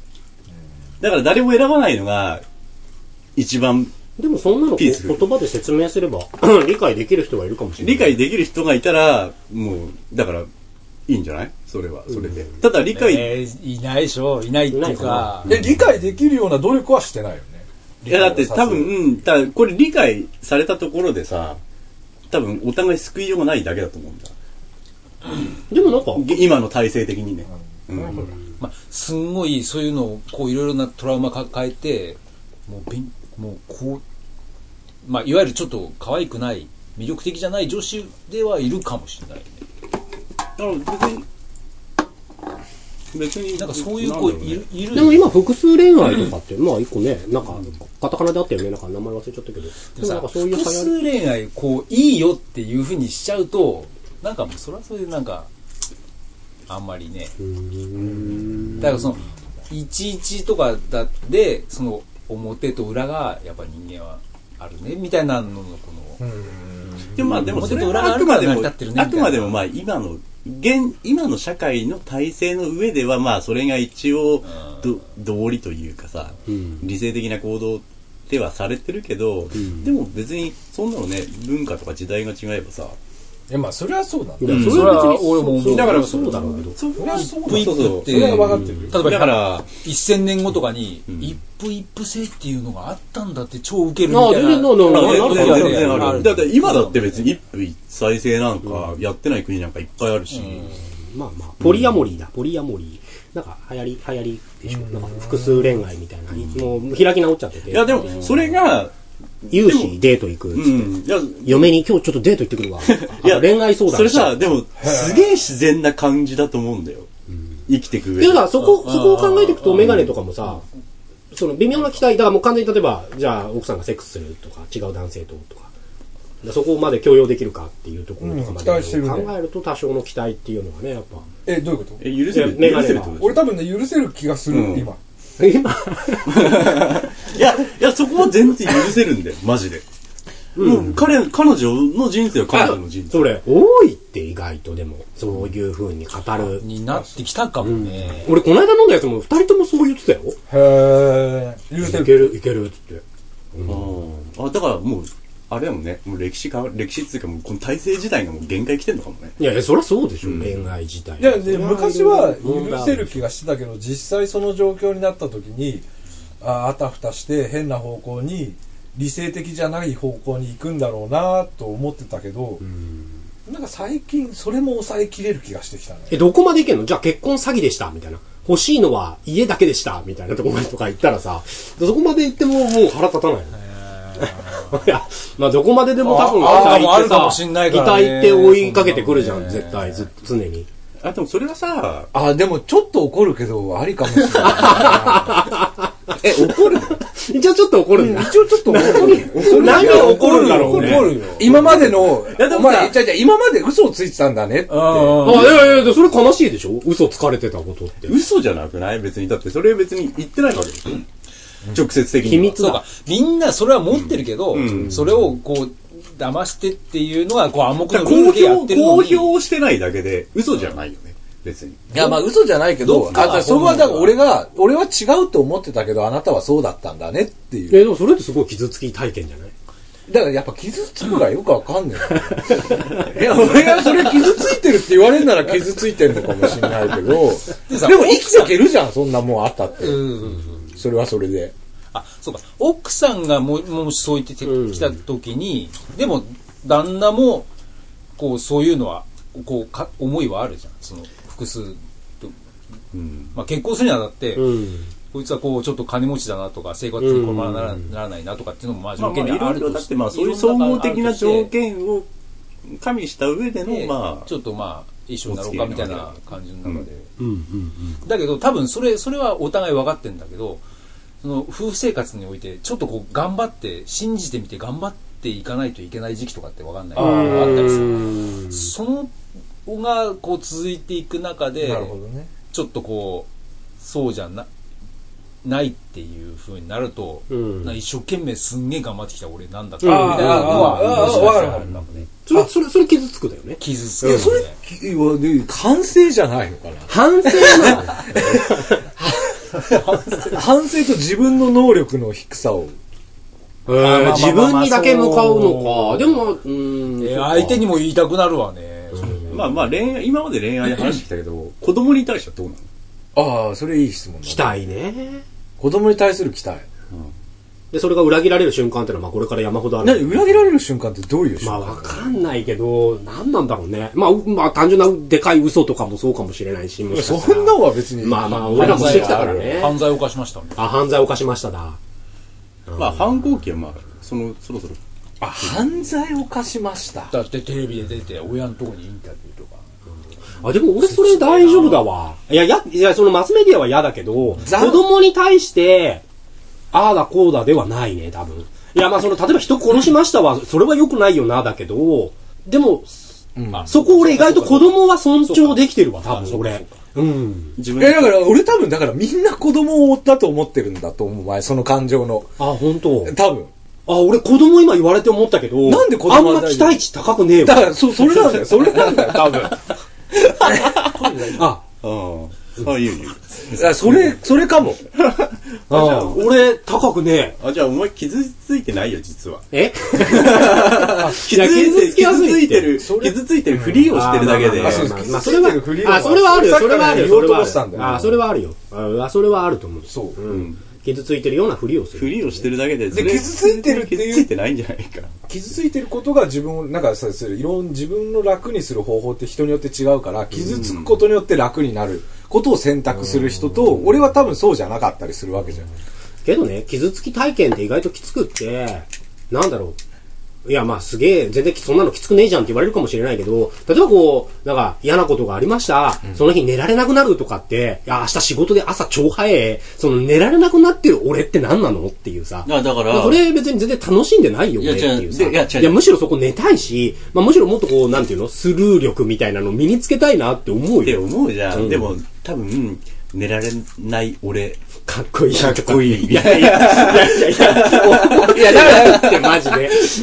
Speaker 1: だから誰も選ばないのが、一番
Speaker 4: でもそんなのこ
Speaker 1: ピースフル
Speaker 4: 言葉で説明すれ ば、理解できる人がいるかもしれない。
Speaker 1: 理解できる人がいたら、もう、だから、いいんじゃないそれは、それで。ただ理解、
Speaker 6: えーいないでしょ。いないっていうか。
Speaker 3: いや理解できるような努力はしてないよね
Speaker 1: いやだって多分、うん、ただこれ理解されたところでさ、多分お互い救いようがないだけだと思うんだ。
Speaker 4: でもなんか、
Speaker 1: げ今の体制的にね。うん。
Speaker 6: まあ、すんごいそういうのをこういろいろなトラウマ抱えてもうびんもうこう、まあ、いわゆるちょっと可愛くない魅力的じゃない女子ではいるかもしれないね
Speaker 1: だから別に、別に、
Speaker 6: なんかそういう子
Speaker 1: なんだろ
Speaker 6: いる,、いる
Speaker 4: でも今複数恋愛とかって、まあ一個ね、なんか、カタカナであったよね、なんか名前忘れちゃったけど。でもなんかそういう流
Speaker 6: 複
Speaker 4: 行り。
Speaker 6: 数恋愛こういいよっていうふうにしちゃうとなんかもうそれはそれでなんかあんまりねだからその11とかだってその表と裏がやっぱ人間はあるねみたいなののこの、
Speaker 1: でもまあでもそれ
Speaker 6: 表と裏
Speaker 1: は
Speaker 6: が
Speaker 1: あ
Speaker 6: あ
Speaker 1: く
Speaker 6: るか
Speaker 1: ま
Speaker 6: ら
Speaker 1: で
Speaker 6: 成り
Speaker 1: も
Speaker 6: 立ってる、ね
Speaker 1: あくまでも
Speaker 6: み
Speaker 1: まあ今の、現、今の社会の体制の上ではまあそれが一応、ど、道理というかさ、理性的な行動ではされてるけど、でも別にそんなのね、文化とか時代が違えばさ、
Speaker 3: えまあそれはそうなん
Speaker 4: い
Speaker 3: だ
Speaker 4: や
Speaker 6: ん
Speaker 4: それは別に
Speaker 6: それは俺も思う
Speaker 4: だからそうだろうけど。
Speaker 1: そこ
Speaker 3: は
Speaker 1: は
Speaker 3: そうだ
Speaker 1: ブイッ
Speaker 6: っ
Speaker 1: ク
Speaker 6: て
Speaker 1: っ
Speaker 3: それは分かってるよ
Speaker 6: 例えば
Speaker 1: て、だから、
Speaker 6: 1000年後とかに、一夫一夫制っていうのがあったんだって超ウケるみ
Speaker 4: ああ、
Speaker 6: たい
Speaker 4: 全
Speaker 6: な。
Speaker 4: 然、な、な、
Speaker 1: あ
Speaker 4: な、
Speaker 1: 全
Speaker 4: なる
Speaker 1: 然
Speaker 4: ほど
Speaker 1: 全
Speaker 4: ね。
Speaker 1: 然あ
Speaker 6: ある
Speaker 1: る。だって今だって別に一夫一妻制なんかやってない国なんかいっぱいあるし、
Speaker 4: まあまあ、ポリアモリーだ、ポリアモリー。なんか、流行り、流行りでしょ。なんか、複数恋愛みたいな。もう、開き直っちゃってて。
Speaker 1: いやでもそれが、
Speaker 4: 有志デート行くっ
Speaker 1: う
Speaker 4: つって。
Speaker 1: ん、いや、
Speaker 4: 嫁に今日ちょっとデート行ってくるわ。
Speaker 1: いや
Speaker 4: あ恋愛相談。
Speaker 1: それさ、、でもすげえ自然な感じだと思うんだよ。生きてく上
Speaker 4: で
Speaker 1: で。
Speaker 4: だからそこ、そこを考えていくと、メガネとかもさ、その微妙な期待、だからもう完全に例えば、じゃあ奥さんがセックスするとか、違う男性ととか、だからそこまで強要できるかっていうところとかまで
Speaker 3: うん期待してるね
Speaker 4: 考えると、多少の期待っていうのがね、やっぱ。
Speaker 3: えどういうこと
Speaker 1: え、許せる
Speaker 4: いや
Speaker 1: 許せるってこと
Speaker 3: 俺多分ね許せる気がする、
Speaker 1: うん
Speaker 3: 今
Speaker 4: 今、
Speaker 1: いや、いや、そこは全然許せるん だよ、マジで。もう彼、彼女の人生は彼女の人生。
Speaker 4: それ、多いって意外とでも、そういう風に語る。
Speaker 6: になってきたかもね。
Speaker 4: 俺、この間飲んだやつも、二人ともそう言ってたよ。
Speaker 3: へえ許せ
Speaker 4: い
Speaker 3: る
Speaker 4: ける、いけるっつって。
Speaker 1: うんあ、だからもう、あれだもんね、もう歴史か、歴史っていうかもうこの体制自体がもう限界来てんのかもね。
Speaker 4: いやいや、そりゃそうでしょ、恋愛自体。
Speaker 3: いやね昔は許せる
Speaker 4: け
Speaker 3: 気がしてたけど実際その状況になった時にああたふたして変な方向に理性的じゃない方向に行くんだろうなと思ってたけど、なんか最近それも抑えきれる気がしてきたね
Speaker 4: え、どこまでいけんのじゃあ結婚詐欺でしたみたいな。欲しいのは家だけでしたみたいなとこまでとか言ったらさ、そこまで行ってももう腹立たないよね。 いや、まあどこまででも多分
Speaker 6: あー
Speaker 4: 期待
Speaker 6: あるかもしんないからね
Speaker 4: 期待って追いかけてくるじゃん、絶対、ず常に。
Speaker 1: あ、でもそれはさ、
Speaker 5: あ、でもちょっと怒るけど、ありかもしれない。
Speaker 1: え、怒るの
Speaker 4: 一応ちょっと怒るんだ。
Speaker 5: 一応ちょっと怒る。
Speaker 4: 何が起こるんだろうね
Speaker 5: 怒るよ。今までの
Speaker 1: いやで、
Speaker 5: お
Speaker 1: もさ
Speaker 5: 前、じゃあじゃあ今まで嘘をついてたんだねって。
Speaker 4: あ、いやいやいや、それ悲しいでしょ嘘つかれてたことって。
Speaker 1: 嘘じゃなくない別に。だってそれ別に言ってないわけでしょ直接的には。
Speaker 4: 秘密
Speaker 6: そう
Speaker 4: だ
Speaker 6: か。。みんなそれは持ってるけど、それをこう、騙してっていうのは、こう暗黙
Speaker 1: だ
Speaker 6: の
Speaker 1: か
Speaker 6: ル
Speaker 1: ら公
Speaker 6: ールでやって
Speaker 1: 表、
Speaker 6: るの
Speaker 1: 公
Speaker 6: に。
Speaker 1: 表してないだけで嘘じゃないよね。別に。
Speaker 5: いや、まあ嘘じゃないけ
Speaker 6: ど
Speaker 5: ど
Speaker 6: っ、か
Speaker 5: あだからそこはだから俺が、俺は違うと思ってたけど、あなたはそうだったんだねっていう。
Speaker 4: え、でもそれってすごい傷つき体験じゃない
Speaker 5: だからやっぱ傷つくがよくわかん ねえ。いや、俺がそれ傷ついてるって言われるなら傷ついてるのかもしれないけど、でも
Speaker 6: さ
Speaker 5: 生きていけるじゃん、そんなもんあったって。それはそれで。
Speaker 6: あ、そうか。奥さんがも、もしそう言って
Speaker 4: うん
Speaker 6: きた時に、でも、旦那も、こう、そういうのは、こう、か思いはあるじゃん。その、複数と。まあ、結婚するにはだって、
Speaker 4: うん。
Speaker 6: こいつはこう、ちょっと金持ちだなとか、生活に困らならならないなとかっていうのも、まあ、
Speaker 1: まあ
Speaker 6: 条
Speaker 1: ま
Speaker 6: 件
Speaker 1: あ、
Speaker 6: に
Speaker 1: い
Speaker 6: はあ
Speaker 1: ろ
Speaker 6: る
Speaker 1: い
Speaker 6: と
Speaker 1: ろ、だってまあ、そういう総合的な条件を加味した上での、
Speaker 6: で、
Speaker 1: まあ
Speaker 6: ち、ょっとまあ、一緒になろうかみたいな感じの中で。
Speaker 4: うんうん。
Speaker 6: だけど、多分それ、それはお互い分かってんだけど、その夫婦生活において、ちょっとこう、頑張って、信じてみて頑張っていかないといけない時期とかって分かんない。あったりする。その、が、こう、続いていく中で、
Speaker 3: なるほどね
Speaker 6: ちょっとこう、そうじゃな、ないっていう風になると、
Speaker 4: うん
Speaker 6: な一生懸命すんげえ頑張ってきた俺なんだった
Speaker 4: うん
Speaker 6: みたいなのは、
Speaker 3: ああ
Speaker 6: もしかしたら
Speaker 3: ああああ
Speaker 6: あるかもね
Speaker 4: それ、それ、それ傷つくだよね。
Speaker 6: 傷つける、ね。
Speaker 5: 反省じゃないのかな。
Speaker 4: 反省なの。
Speaker 5: 反省と自分の能力の低さを。
Speaker 4: えー自分にだけ向かうのか。でも、う
Speaker 6: え
Speaker 4: ーん。
Speaker 6: 相手にも言いたくなるわね。
Speaker 1: まあまあ、恋愛、今まで恋愛で話してきたけど、子供に対してはどうなの
Speaker 5: ああ、それいい質問だ
Speaker 4: 期待ね。
Speaker 5: 子供に対する期待。
Speaker 4: で、それが裏切られる瞬間っていうのは、まあこれから山ほどある。
Speaker 3: な裏切られる瞬間ってどういう瞬
Speaker 4: まあ
Speaker 3: 間、
Speaker 4: わかんないけど、なんなんだろうね。まあ、うまあ単純なでかい嘘とかもそうかもしれないし、もしかした
Speaker 3: そ
Speaker 4: ら
Speaker 3: んなんは別に。
Speaker 4: まあまあ、俺らもしてきたからね。
Speaker 6: 犯罪を犯しましたね。
Speaker 4: あ、犯罪を犯しましただ。
Speaker 1: まあ、反抗期はまあ、その、そろそろ。
Speaker 3: あ、犯罪を犯しました。
Speaker 6: だってテレビで出て、親のとこにインタビューとか。
Speaker 4: あ、でも俺それ大丈夫だわ。いや、いや、いや、そのマスメディアは嫌だけど、子
Speaker 3: 残
Speaker 4: 供に対して、ああだこうだではないね、多分。いや、まあその、例えば人殺しましたは、それは良くないよな、だけど、でも、そこ俺意外と子供は尊重できてるわ、多分、俺。うん。
Speaker 1: 自
Speaker 3: い
Speaker 1: 分
Speaker 3: や、だから俺多分、だからみんな子供をだと思ってるんだと思う、前、その感情の。
Speaker 4: あ、本当。
Speaker 3: 多分。
Speaker 4: あ、俺子供今言われて思ったけど、
Speaker 3: なんで子供は
Speaker 4: あんま期待値高くねえよ
Speaker 3: だ。から、そ、それなんだよ、それなんだよ、多分。
Speaker 4: あ、
Speaker 1: うん。あ、いいよいいよ。
Speaker 3: あそれ、それかも。
Speaker 4: あ俺高くね
Speaker 1: あ、じゃあお前傷ついてないよ、実は。
Speaker 4: え。え
Speaker 1: 傷
Speaker 4: や傷つきやす
Speaker 1: 傷つ
Speaker 4: い
Speaker 1: い
Speaker 4: って
Speaker 1: てる、傷ついてるふりをしてるだけで。
Speaker 4: あーまあまあまあそれは
Speaker 3: ついてるフリーは
Speaker 4: あ、それはあるよ、
Speaker 3: さっ
Speaker 4: そ
Speaker 3: きか
Speaker 4: れは
Speaker 3: ら
Speaker 4: あるよ、
Speaker 3: 言おうと思ってたんだよ
Speaker 4: あ、それはあるよ。あ、それはあると思う。
Speaker 3: そう。
Speaker 4: うん。傷ついてるようなふりをす
Speaker 1: ふ
Speaker 4: る。
Speaker 1: りをしてるだけで。それ
Speaker 3: 傷ついてるっていう
Speaker 1: 傷ついてないんじゃないか。
Speaker 5: 傷ついてることが自分を、なんかさ、するいろん自分の楽にする方法って人によって違うから、傷つくことによって楽になることを選択する人と、俺は多分そうじゃなかったりするわけじゃん。
Speaker 4: けどね、傷つき体験って意外ときつくって、なんだろう。いや、まあすげえ、全然そんなのきつくねえじゃんって言われるかもしれないけど、例えばこう、なんか嫌なことがありました、その日寝られなくなるとかって、いや、明日仕事で朝超早え、その寝られなくなってる俺って何なのっていうさ。
Speaker 1: あだから
Speaker 4: まあそれ別に全然楽しんでないよ、
Speaker 1: いや
Speaker 4: 俺っていうさ。
Speaker 1: 違うでいや違う
Speaker 4: いや、むしろそこ寝たいし、まあむしろもっとこう、なんていうの、スルー力みたいなの身につけたいなって思う
Speaker 1: って
Speaker 4: よ。
Speaker 1: 思うじゃ
Speaker 4: うん
Speaker 1: ん。でも、多分、寝られない俺。
Speaker 4: かっこいい。かっ
Speaker 1: こいい
Speaker 4: いやいや、いやいや、いや、だからってマジ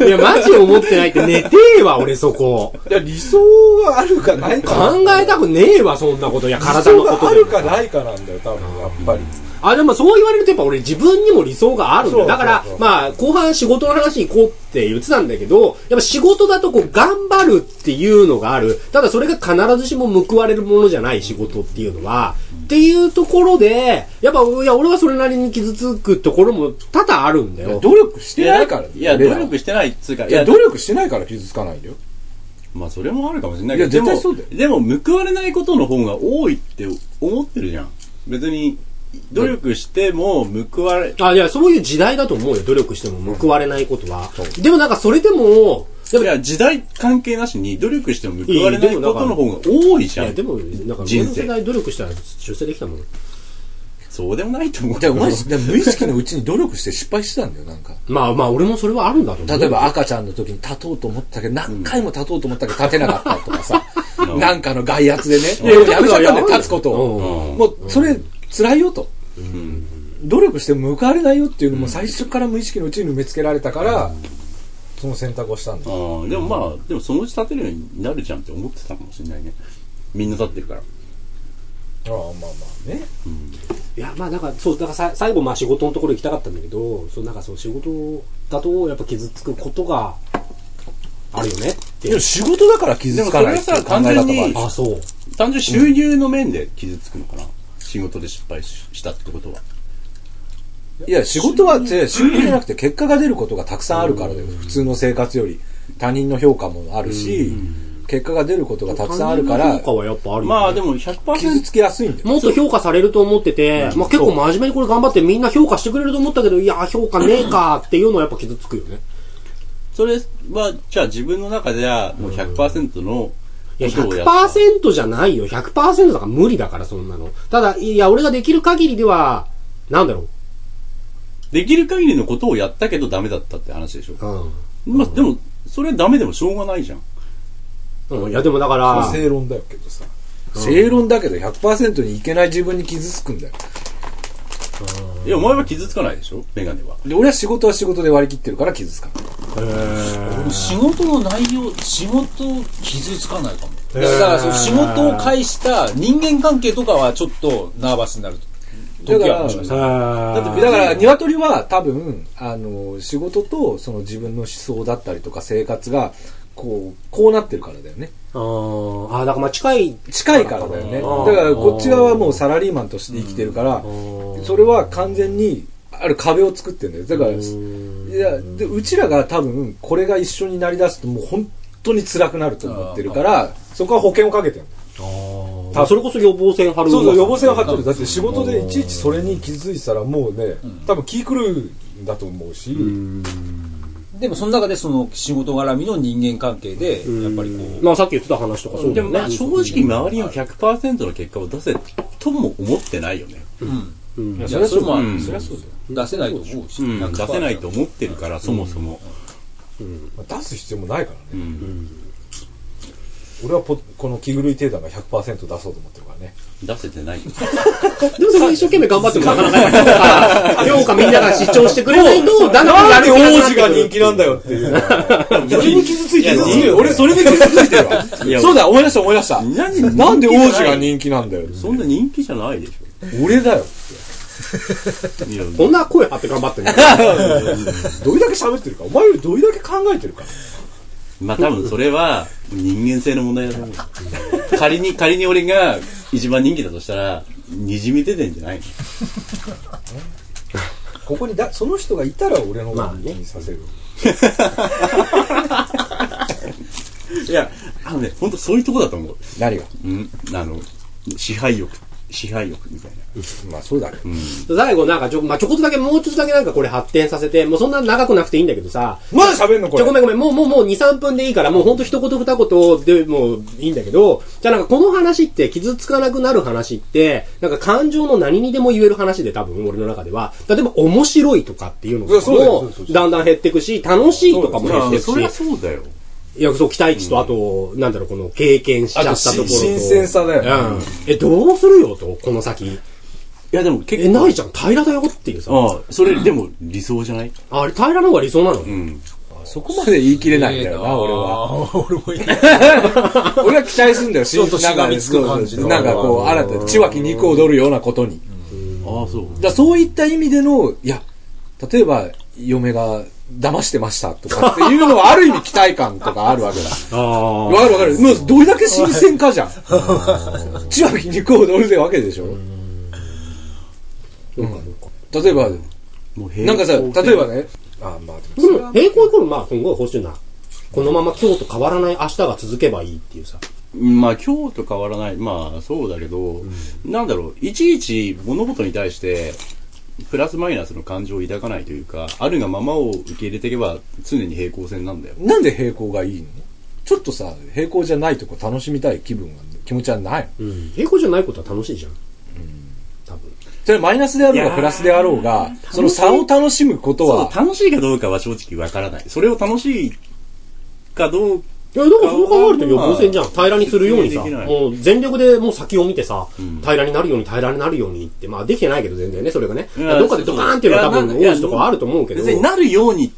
Speaker 4: で。いや、マジで思ってないって寝てえわ、俺そこ。
Speaker 5: いや、理想があるかない
Speaker 4: 考
Speaker 5: か。
Speaker 4: えたくねえわ、そんなこと。いや、
Speaker 5: 理
Speaker 4: 体の
Speaker 5: 想
Speaker 4: こ
Speaker 5: があ
Speaker 4: と
Speaker 5: る
Speaker 4: で。
Speaker 5: かないかなんだよ、多分、やっぱり。
Speaker 4: あ、でもそう言われるとやっぱ俺自分にも理想があるんだよ。
Speaker 5: そう
Speaker 4: だから
Speaker 5: そうそ、う
Speaker 4: まあ、後半仕事の話行こうって言ってたんだけど、やっぱ仕事だとこう、頑張るっていうのがある。ただそれが必ずしも報われるものじゃない仕事っていうのは。っていうところで、やっぱ、いや、俺はそれなりに傷つくところも多々あるんだよ。
Speaker 5: 努力してないから
Speaker 1: いや、
Speaker 5: 俺ら
Speaker 1: 努
Speaker 5: は
Speaker 1: 力してないっつうか、い
Speaker 5: いや、
Speaker 1: や、
Speaker 5: 努力してないから傷つかないんだよ。
Speaker 1: まあそれもあるかもしれないけど、
Speaker 5: いや絶対
Speaker 1: でも
Speaker 5: そうだよ
Speaker 1: でも報われないことの方が多いって思ってるじゃん。別に、努力しても報われ、
Speaker 4: あ、いや、そういう時代だと思うよ。努力しても報われないことは。でもなんかそれでも、でも
Speaker 1: いや、時代関係なしに努力しても報われないい
Speaker 4: や
Speaker 1: こ
Speaker 4: でも
Speaker 1: との方が多いじ
Speaker 4: い
Speaker 1: ゃ
Speaker 4: や、
Speaker 1: ん
Speaker 4: で。も、なんか、俺
Speaker 1: 人
Speaker 4: の
Speaker 1: 生
Speaker 4: 世代努力したら出世できたもん。
Speaker 1: そうでもないと思う
Speaker 3: で
Speaker 1: よ。
Speaker 3: お前、でも無意識のうちに努力して失敗してたんだよ、なんか。
Speaker 4: まあまあ、俺もそれはあるんだと思う。
Speaker 3: 例えば赤ちゃんの時に立とうと思ったけど、何回も立とうと思ったけど立てなかったとかさ、なんかの外圧でね、
Speaker 4: うん
Speaker 3: やめちゃったんだよ、
Speaker 4: うん
Speaker 3: 立つことを。
Speaker 1: うん
Speaker 3: もう、それ、辛いよと。努力しても報われないよっていうのも最初から無意識のうちに埋め付けられたから、
Speaker 5: その選択をしたんだよ。
Speaker 1: ああでもまあ、でもそのうち立てるようになるじゃんって思ってたかもしれないね。みんな立ってるから。
Speaker 5: ああ、まあまあね。
Speaker 4: いや、まあなんか、そう、だからさ最後、まあ仕事のところ行きたかったんだけど、そう、なんかそう、仕事だと、やっぱ傷つくことがあるよねって
Speaker 3: い
Speaker 4: いう
Speaker 3: や、。仕事だから傷つかないっていう考え方もある
Speaker 1: でもそれはさ完全に
Speaker 4: あ、そう。
Speaker 1: 単純に収入の面で傷つくのかな。仕事で失敗ししたってことは。
Speaker 3: いや、仕事は、違う仕事じゃなくて結果が出ることがたくさんあるからだよ。普通の生活より。他人の評価もあるし、結果が出ることがたくさんある
Speaker 4: 他
Speaker 3: か
Speaker 4: 人の
Speaker 3: ら
Speaker 4: 評、価はやっぱあるよね
Speaker 1: まあでも
Speaker 3: 傷
Speaker 1: 100%
Speaker 3: つきやすいんだよ。
Speaker 4: もっと評価されると思ってて、まあ結構真面目にこれ頑張ってみんな評価してくれると思ったけど、いや、評価ねえかっていうのはやっぱ傷つくよね。
Speaker 1: それは、じゃあ自分の中ではもう100%の
Speaker 4: いや、
Speaker 1: ことをやった。
Speaker 4: 100%じゃないよ。100%だから無理だから、そんなの。ただ、いや、俺ができる限りでは、なんだろ
Speaker 1: できる限りのことをやったけどダメだったって話でしょ。
Speaker 4: う。
Speaker 1: まあでも、それはダメでもしょうがないじゃん。
Speaker 4: うん。うん、いや、でもだから、
Speaker 5: 正論だよけどさ。
Speaker 3: 正論だけど100%にいけない自分に傷つくんだよ。
Speaker 1: いや、お前は傷つかないでしょメガネは。
Speaker 3: で、俺は仕事は仕事で割り切ってるから傷つかない。
Speaker 6: 仕事の内容、仕事傷つかないかも。だから、その仕事を介した人間関係とかはちょっとナーバスになる時はもしかしたら。
Speaker 4: あ
Speaker 3: だってだから、鶏は多分、あの、仕事とその自分の思想だったりとか生活が、こう、こうなってるからだよね。
Speaker 4: あーあー、だからまあ近い、
Speaker 3: 近いからだよね。
Speaker 4: あー
Speaker 3: だからこっち側はもうサラリーマンとして生きてるから、それは完全に、あ
Speaker 5: ある壁を作ってんだよ。だから、いやで、うちらが多分、これが一緒になりだすと、もう本当に辛くなると思ってるから、そこは保険をかけてる
Speaker 4: あそれこそ予防線張る
Speaker 3: そうそう、予防線を張ってる。だって仕事でいちいちそれに気づいてたらもうね、多分気狂うんだと思うし、
Speaker 6: でもその中でその仕事絡みの人間関係で、やっぱりこう、
Speaker 4: まあさっき言ってた話とかそうだ
Speaker 1: で
Speaker 4: よ
Speaker 1: も
Speaker 4: ね。
Speaker 1: まあ正直周りの100%の結果を出せとも思ってないよね。
Speaker 6: いやそれはそうだ
Speaker 1: うん
Speaker 6: それはそうだよ。出せないと思うし、
Speaker 1: うん出
Speaker 6: 100%
Speaker 1: せないと思ってるから、そもそも。
Speaker 3: まあ出す必要もないからね。
Speaker 1: うん
Speaker 3: 俺はポこの気狂い程度が100%出そうと思ってるからね。
Speaker 1: 出せてない。
Speaker 4: でもそれ一生懸命頑張ってもなかなかやっぱ評価みんなが主張してくれないと、だんだんや
Speaker 3: なん
Speaker 4: る
Speaker 3: で
Speaker 4: 気なくな
Speaker 3: 王
Speaker 4: っ
Speaker 3: 子
Speaker 4: てくる
Speaker 3: が人気なんだよっていうのは。
Speaker 1: それに傷ついて
Speaker 3: いや俺それで気づいてるわ。
Speaker 1: や
Speaker 3: そうだ、思い出した思い出した。
Speaker 1: 何
Speaker 3: なんで王子が人気なんだよ。
Speaker 1: そんな人気じゃないでし
Speaker 3: 俺だ
Speaker 1: ょ。
Speaker 3: よ。
Speaker 1: いや
Speaker 4: こんな声張って頑張ってるの
Speaker 3: どれだけ喋ってるか。お前よりどれだけ考えてるか。
Speaker 1: まあ多分それは人間性の問題だと思う。仮に、仮に俺が一番人気だとしたら、にじみ出てんじゃないの
Speaker 3: ここにだ、その人がいたら俺の方が人気にさせる。
Speaker 1: いや、あのね、本当そういうとこだと思う。
Speaker 3: 何が
Speaker 1: うん、あの、支配欲、支配欲みたいな。
Speaker 3: まあそうだけど。
Speaker 4: 最後なんかちょ、まあ、ちょこっとだけ、もうちょっとだけなんかこれ発展させて、もうそんな長くなくていいんだけどさ、
Speaker 3: まだ喋んのこ
Speaker 4: ち
Speaker 3: れ
Speaker 4: ょ、ご。めんごめん、もうもうもう2、3分でいいから、もうほんと一言二言でもういいんだけど、じゃあなんかこの話って傷つかなくなる話って、なんか感情の何にでも言える話で多分俺の中では、例えば面白いとかっていうのとか
Speaker 3: いやそうだよそう
Speaker 4: も
Speaker 3: だよそうだよ
Speaker 4: だんだん減っていくし、楽しいとかも減っていくし、
Speaker 1: そりゃそうだよ。
Speaker 4: いや、そう、期待値と、あと、なんだろう、この経験しちゃったところと。
Speaker 3: あとし新鮮さだよね
Speaker 4: うん。え、どうするよと、この先。
Speaker 1: いやでも結
Speaker 4: え、
Speaker 1: 構。
Speaker 4: ないじゃん、平らだよっていうさ。
Speaker 1: ああ、それでも理想じゃない
Speaker 4: あれ、平らの方が理想なの、
Speaker 1: うん。
Speaker 5: そこまで言い切れないんだよな、俺は。
Speaker 6: は。俺もいい。
Speaker 5: 俺は期待するんだよ、し
Speaker 6: ょっとしがみつく感じの
Speaker 5: なんかこう、新たに、血湧き肉を踊るようなことに。
Speaker 1: ああ、そう。
Speaker 5: だからそういった意味での、いや、例えば、嫁が騙してましたとかっていうのは、ある意味期待感とかあるわけだ。
Speaker 4: あ
Speaker 5: わかるわかる。もう、どれだけ新鮮かじ ゃん。血湧き肉を踊るでわけでしょ。例えば、
Speaker 1: もう
Speaker 5: なんかさ、例えばね、
Speaker 3: あ、まあでも
Speaker 4: でも、平行イコール、まあ、今後は欲しいな。このまま今日と変わらない明日が続けばいいっていうさ。
Speaker 1: まあ今日と変わらない。まあそうだけど、なんだろう、いちいち物事に対して、プラスマイナスの感情を抱かないというか、あるがままを受け入れていけば常に平行線なんだよ。
Speaker 5: なんで平行がいいのちょっとさ、平行じゃないとこ楽しみたい気分が、気持ちはないの
Speaker 4: 平行じゃないことは楽しいじゃん。多分。
Speaker 5: それマイナスであろうがプラスであろうが、その差を楽しむこと
Speaker 1: そう
Speaker 5: は、
Speaker 1: 楽しいかどうかは正直わからない。それを楽しいかどうか、
Speaker 4: いや、だからそう考えると予防線じゃん。平らにするようにさ、
Speaker 1: できない
Speaker 4: もう全力でもう先を見てさ、平らになるように平らになるようにって、まあできてないけど全然ね、それがね。
Speaker 1: いや
Speaker 4: どっかでドカーンっていうのは多分
Speaker 1: いや
Speaker 4: 王子とかはあると思うけど。
Speaker 1: 別になるようにっ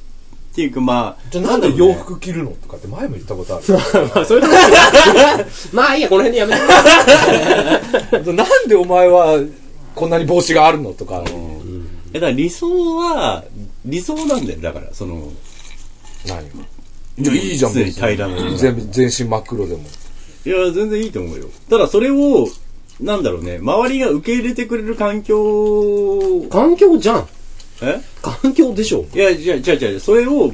Speaker 1: ていうかまあ、
Speaker 3: じゃあなんで洋服着るのとかって前も言ったことある。
Speaker 4: まあそういう話まあいいや、この辺でやめ て。
Speaker 5: なんでお前はこんなに帽子があるのと
Speaker 1: いや
Speaker 5: か、
Speaker 1: だから理想は、理想なんだよ。だから、その、
Speaker 5: 何がいやいいじゃん
Speaker 1: 常に
Speaker 5: 別に
Speaker 1: 平らなものが
Speaker 5: 全部全身真っ黒でも。
Speaker 1: いや、全然いいと思うよ。ただそれを、なんだろうね、周りが受け入れてくれる環境、
Speaker 4: 環境じゃん。
Speaker 1: え
Speaker 4: 環境でしょ。
Speaker 1: いや、じゃあ、じゃあ、じゃあ、それを、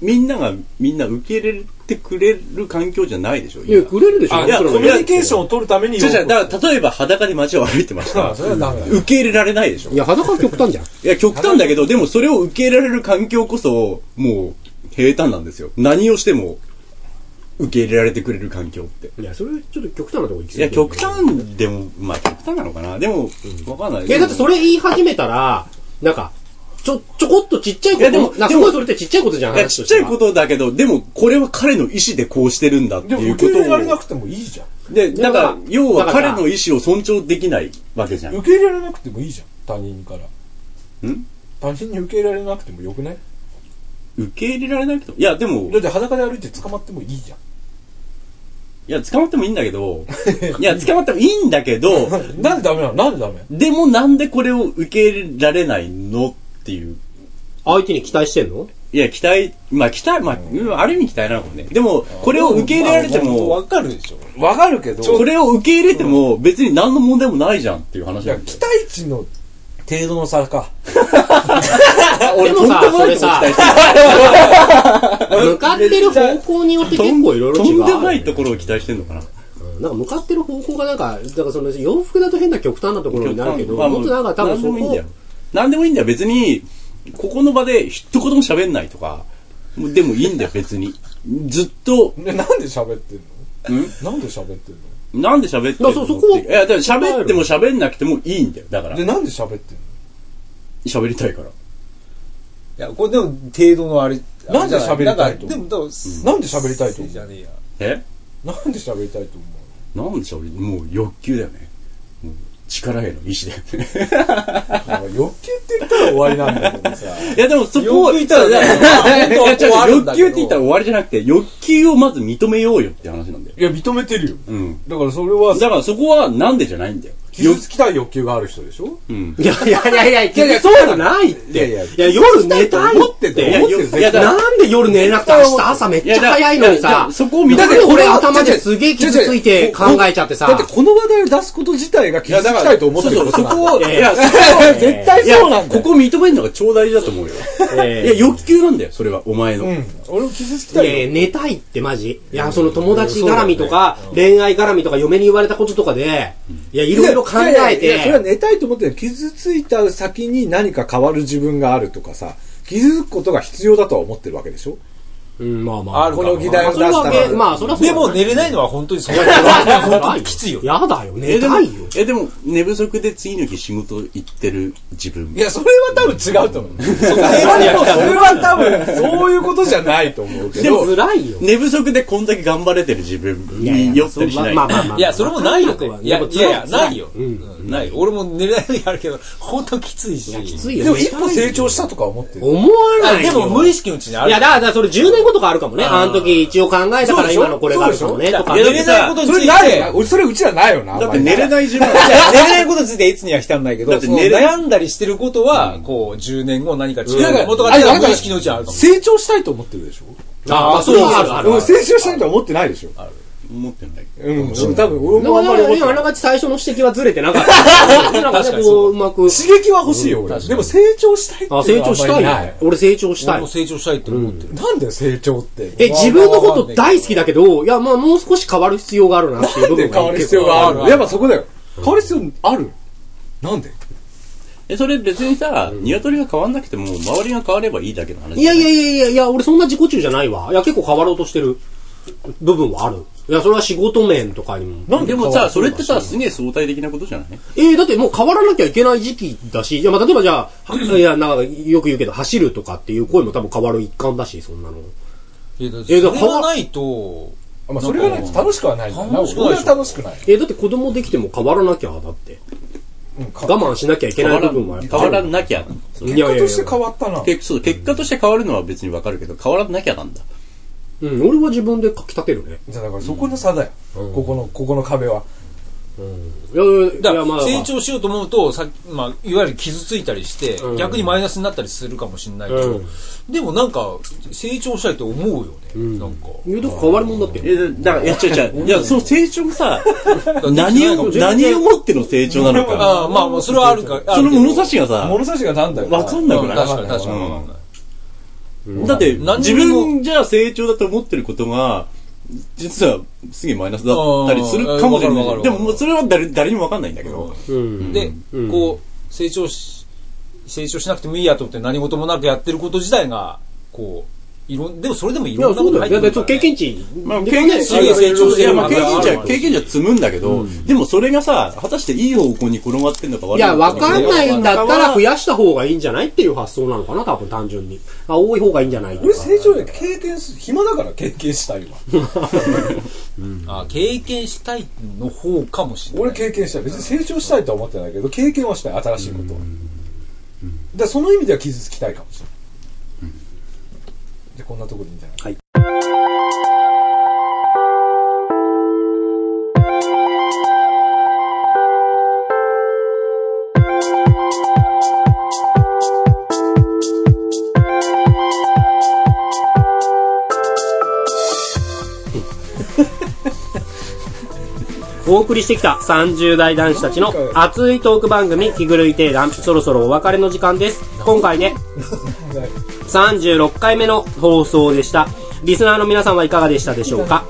Speaker 1: みんなが、みんな受け入れてくれる環境じゃないでしょ。
Speaker 4: いや、くれるでしょ。
Speaker 1: あいや
Speaker 4: 僕ら
Speaker 1: コ
Speaker 4: も
Speaker 1: ミュニ
Speaker 3: ケーションを取るために
Speaker 1: じゃあ、じゃあ、だから、例えば裸で街を歩いてました。
Speaker 3: それはダメだよ。
Speaker 1: 受け入れられないでしょ。
Speaker 4: いや、裸は極端じゃん。
Speaker 1: いや、極端だけど、でもそれを受け入れられる環境こそ、もう、平坦なんですよ。何をしても、受け入れられてくれる環境って。
Speaker 4: いや、それちょっと極端なとこ行き過ぎ
Speaker 1: い
Speaker 4: てる
Speaker 1: や、極端でも、まあ、極端なのかな。でも、わかんない。
Speaker 4: いや、だってそれ言い始めたら、なんか、ちょ、ちょこっとちっちゃいこ
Speaker 1: いや
Speaker 4: と、
Speaker 1: でも
Speaker 4: な
Speaker 1: ですも
Speaker 4: ごいそれってちっちゃいことじゃん、
Speaker 1: いや、
Speaker 4: 話
Speaker 1: ちっ
Speaker 4: と
Speaker 1: ちゃ
Speaker 4: して
Speaker 1: い
Speaker 4: は
Speaker 1: ことだけど、でも、これは彼の意思でこうしてるんだって
Speaker 3: でも
Speaker 1: いう
Speaker 3: 受け
Speaker 1: こ
Speaker 3: 入れられな
Speaker 1: と
Speaker 3: くてもいいじゃん。
Speaker 1: を。で、だから、要は
Speaker 4: だか
Speaker 1: 彼
Speaker 4: ら
Speaker 1: の意思を尊重できないわけじゃん。
Speaker 3: 受け入れられなくてもいいじゃん。他人から。
Speaker 1: ん
Speaker 3: 他人に受け入れられなくてもよくない
Speaker 1: 受け入れられなくても。いや、でも
Speaker 3: だ、って裸で歩いて捕まってもいいじゃん。
Speaker 1: いや、捕まってもいいんだけど、いや、捕まってもいいんだけど、
Speaker 3: なんでダメなのなんでダメ
Speaker 1: でもなんでこれを受け入れられないのっていう。
Speaker 4: 相手に期待してんの
Speaker 1: いや、期待、まあ、期待、まあ、うんある意味期待なのかもね。でも、これを受け入れられて
Speaker 3: まあ
Speaker 1: も、
Speaker 3: わかるでしょ。
Speaker 5: わかるけど、
Speaker 1: これを受け入れても、別に何の問題もないじゃんっていう話
Speaker 3: い
Speaker 1: な
Speaker 3: や、
Speaker 1: んだよ
Speaker 3: 期待値の
Speaker 5: 程度の差か。
Speaker 4: 俺もさ、それさ、向かってる方向によって結構いろいろ
Speaker 1: と
Speaker 4: 違う。
Speaker 1: んでもないところを期待してんのかな。
Speaker 4: なんか向かってる方向がなんか、だからその洋服だと変な極端なところになるけど、
Speaker 1: まあ
Speaker 4: もっとなんか多分そ
Speaker 1: 何でもいいんだ
Speaker 4: こ
Speaker 1: よ、。何でもいいんだよ。別に、ここの場で一言も喋んないとか、もうでもいいんだよ、別に。ずっと、
Speaker 3: ねなんで喋ってんの
Speaker 1: ん
Speaker 3: なんで喋ってんの
Speaker 1: なんで喋ってんの
Speaker 4: だからそそこはい
Speaker 1: や、だから喋っても喋んなくてもいいんだよ。だから
Speaker 3: で、、なんで喋ってん
Speaker 1: 喋りたいから。
Speaker 6: いや、これでも、程度のあれ、あれじゃい
Speaker 3: なんで喋りたいと
Speaker 6: なんかでも、どう
Speaker 3: なんで喋りたいと思う
Speaker 6: じゃねえや。
Speaker 1: え
Speaker 3: のなんで喋りたいと思
Speaker 1: なんで喋り、もう欲求だよね。もう力への意志だよね。
Speaker 3: うのなんか欲求って言ったら終わりなんだけどさ。
Speaker 1: いや、でもそこ
Speaker 6: 欲求言ったらね
Speaker 1: いや
Speaker 6: 本当はこうあるん
Speaker 1: 欲
Speaker 6: だ
Speaker 1: 求
Speaker 6: けど
Speaker 1: って言ったら終わりじゃなくて、欲求をまず認めようよって話なんだよ。
Speaker 3: いや、認めてるよ。
Speaker 1: うん。
Speaker 3: だからそれは、
Speaker 1: だからそこはなんでじゃないんだよ。
Speaker 3: 傷つきたい欲求がある人でしょ
Speaker 1: うん。
Speaker 4: いやいやいやいや、結局そうじゃないっ
Speaker 3: いやいや
Speaker 4: て。いや、夜寝たい
Speaker 3: 思っ
Speaker 4: って
Speaker 1: い
Speaker 3: て
Speaker 1: や
Speaker 3: 思ってる
Speaker 1: いや
Speaker 3: ぜ。
Speaker 1: だから
Speaker 4: なんで夜寝れなくて明日朝めっちゃ早いのに
Speaker 1: いやだか
Speaker 4: さ
Speaker 1: ら、そこを見た
Speaker 4: だ
Speaker 1: け
Speaker 4: け
Speaker 1: ど
Speaker 4: ど俺頭
Speaker 5: 違う違う
Speaker 4: ですげえ傷ついて考えちゃってさ
Speaker 5: だ、ってこの話題を出すこと自体が傷つきたいと思ってる
Speaker 1: そ
Speaker 5: こ
Speaker 1: う
Speaker 5: と
Speaker 1: そう、
Speaker 5: な
Speaker 1: そ
Speaker 5: んだ
Speaker 1: こを、いや、そこは
Speaker 5: 絶対
Speaker 1: いや
Speaker 5: そうなんだ
Speaker 1: こ
Speaker 5: よ。
Speaker 1: こ認めるのが超大事だと思うよ。いや、欲求なんだよ、それは、お前の。
Speaker 3: うん。俺も傷つき
Speaker 4: いや
Speaker 3: た
Speaker 4: い
Speaker 3: い
Speaker 4: や
Speaker 3: よ。
Speaker 4: 寝たいってマジ。いや、その友達絡みとか、恋愛絡みとか、嫁に言われたこととかで、いや、いろいろ考え
Speaker 5: いやいやいやそれは
Speaker 4: て、
Speaker 5: 寝たいと思ってる傷ついた先に何か変わる自分があるとかさ、傷つくことが必要だとは思ってるわけでしょ
Speaker 4: うん、まあま
Speaker 3: ある
Speaker 5: こ
Speaker 3: か
Speaker 5: の
Speaker 3: も
Speaker 5: 議題を
Speaker 4: あ。
Speaker 5: 出
Speaker 4: それ
Speaker 5: した
Speaker 4: は
Speaker 5: ら
Speaker 4: げ、。まあ、それはそう
Speaker 6: で
Speaker 4: だね
Speaker 6: も、寝れないのは本当にそう。 本当にきついよ。
Speaker 4: やだよ、寝
Speaker 1: え、でも
Speaker 4: たいよ。、
Speaker 1: え、でも、寝不足で次の日仕事行ってる自分
Speaker 3: い。や、それは多分違うと思う。それは多分、そういうことじゃないと思うけど。
Speaker 1: でも、
Speaker 4: 辛いよ。
Speaker 1: 寝不足でこんだけ頑張れてる自分に酔ったりしない。
Speaker 4: まあまあまあまあ。
Speaker 6: いや、それもないよね。いや、いやいや、ないよ。
Speaker 4: うん
Speaker 6: うんない。俺も寝れないのやるけど、本当きついし。
Speaker 4: きついよ。
Speaker 3: でも一歩成長したとか思ってる。
Speaker 4: 思わ
Speaker 6: あ
Speaker 4: ない
Speaker 6: で
Speaker 4: よ。
Speaker 6: も、無意識のうちにあ
Speaker 4: い
Speaker 6: る
Speaker 4: や、。だから、だからそれ10年後とかあるかもね。あの時一応考えたから今のこれがあるかもね、とか。
Speaker 6: いや寝れないことに
Speaker 3: そ
Speaker 6: つ
Speaker 3: れ
Speaker 6: いて。
Speaker 3: ないよ
Speaker 6: だ
Speaker 3: な。それうちらないよな。
Speaker 1: だって寝れない自分
Speaker 6: って寝れないことについていつには浸んないけ
Speaker 1: だ
Speaker 6: ど、
Speaker 1: って
Speaker 6: その
Speaker 1: 寝れ
Speaker 6: 悩んだりしてることは、こう、10年後何か違うこと
Speaker 3: あ
Speaker 6: が出
Speaker 3: れ
Speaker 6: た
Speaker 3: な
Speaker 6: ら
Speaker 3: ん
Speaker 6: 無
Speaker 3: か
Speaker 6: 意識のうちにあるかも。
Speaker 3: 成長したいと思ってるでしょ
Speaker 4: ああ、そういうのあるあるあ
Speaker 3: うん
Speaker 4: る。
Speaker 3: 成長したいとは思ってないでしょ
Speaker 1: 思ってない。
Speaker 3: うん、多分俺
Speaker 4: でも
Speaker 3: もあんまり思っ
Speaker 4: で
Speaker 3: て
Speaker 4: もあ
Speaker 3: ない
Speaker 4: な。がち最初の指摘はずれてなか った。なんかね、こう、うまく。
Speaker 3: 刺激は欲しいよ、俺。でも成長したいっていうのは
Speaker 4: あ、成長したい
Speaker 3: あんまりな
Speaker 4: よ。俺成長した
Speaker 6: 俺
Speaker 4: い
Speaker 6: も。成長したいって思ってる。
Speaker 3: なんだよ、成長って。
Speaker 4: え、自分のこと大好きだけど、いや、まあもう少し変わる必要があるなっていう部分
Speaker 3: で
Speaker 4: が。
Speaker 3: 変わる必要があ
Speaker 6: る
Speaker 3: る。やっぱそこだよ。変わる必要あるなんで
Speaker 1: え、それ別にさ、鶏が変わんなくても、周りが変わればいいだけの話。
Speaker 4: いやいやいやいやいや、俺そんな自己中じゃないわ。いや、結構変わろうとしてる部分はある。いや、それは仕事面とかにも。
Speaker 1: でもさ、それってさ、すげえ相対的なことじゃない
Speaker 4: えー、だってもう変わらなきゃいけない時期だし、いや、まあ、例えばじゃあ、はいや、なんか、よく言うけど、走るとかっていう声も多分変わる一環だし、そんなの。
Speaker 6: いやだっ
Speaker 4: いや
Speaker 6: て
Speaker 4: だ
Speaker 6: そ
Speaker 4: から
Speaker 6: れがないと、
Speaker 3: まあ、それがないと楽しくはないんだよな。
Speaker 6: 楽しくない
Speaker 3: 俺
Speaker 6: でしょ
Speaker 3: は楽しくない。
Speaker 4: えー、だって子供できても変わらなきゃ、だって。
Speaker 3: うん、変わ
Speaker 4: 我慢しなきゃいけ
Speaker 1: 変
Speaker 4: な
Speaker 1: わ
Speaker 4: い部
Speaker 1: ら
Speaker 4: 分はやっ
Speaker 1: 変
Speaker 4: ぱあ
Speaker 1: わ
Speaker 4: る。
Speaker 1: らなきゃ。
Speaker 4: いやいやい
Speaker 3: 結
Speaker 4: や
Speaker 3: 果として変わったな。
Speaker 1: 結そう結果として変わるのは別にわかるけど、変わらなきゃなんだ。
Speaker 4: うん、俺は自分で書き立てるね。
Speaker 3: じゃあだからそこの差だよ。ここの、ここの壁は。
Speaker 4: いやいや
Speaker 6: だ
Speaker 4: い
Speaker 6: か
Speaker 4: や、まあ
Speaker 6: ら、成長しようと思うと、さっきまあ、いわゆる傷ついたりして、逆にマイナスになったりするかもしれないけど、でもなんか、成長したいと思うよね。なんか。
Speaker 4: 言うと変わり者だって。
Speaker 1: え、だから、いや、違う 違う。いや、その成長がさ、何を、
Speaker 6: 全然
Speaker 1: 何をもっての成長なのか。
Speaker 6: ああまあまあ、それはあるか。
Speaker 1: その物差
Speaker 6: し
Speaker 1: しがさ、
Speaker 3: 物差しがなんだよ。
Speaker 1: わかんなく
Speaker 6: 確
Speaker 1: な
Speaker 6: かに確かに。
Speaker 1: いだって、
Speaker 6: 何
Speaker 1: 自
Speaker 6: にも
Speaker 1: 分じゃ成長だと思ってることが、実はすげえマイナスだったりするかもしれ
Speaker 6: あーわかるわか
Speaker 1: ない。
Speaker 6: る
Speaker 1: でも、もうそれは誰誰にもわかんないんだけど。
Speaker 4: うん。
Speaker 6: で、こう、成長し、成長しなくてもいいやと思って何事もなくやってること自体が、こう、いろん、でもそれでもい
Speaker 4: いや、
Speaker 6: ろんなこ
Speaker 4: そう
Speaker 6: と
Speaker 4: だよ。
Speaker 6: 入
Speaker 4: い
Speaker 6: って
Speaker 4: や、
Speaker 6: く
Speaker 4: だっ
Speaker 6: る
Speaker 4: てそう経
Speaker 6: から
Speaker 4: 験
Speaker 6: ね。
Speaker 4: 値。
Speaker 1: まあ、経験値が成長してる。いや、まあ、経験値は、経験値は積むんだけど、でもそれがさ、果たしていい方向に転がってんのか悪
Speaker 4: い
Speaker 1: いの
Speaker 4: や、
Speaker 1: か。
Speaker 4: わかんないんだったら増やした方がいいんじゃないっていう発想なのかな、多分単純に。あ、多い方がいいんじゃないとか
Speaker 3: 俺成長で経験す、暇だから経験したいわ。
Speaker 6: あ経験したいの方かもしれな
Speaker 3: 俺
Speaker 6: い。
Speaker 3: 経験したい別に成長したいとは思ってないけど経験はしたい新しいことはでその意味では傷つきたいかもしれない、でこんなところでいいんじゃない
Speaker 4: はいお送りしてきた30代男子たちの熱いトーク番組気狂い定談そろそろお別れの時間です今回で36回目の放送でしたリスナーの皆さんはいかがでしたでしょうか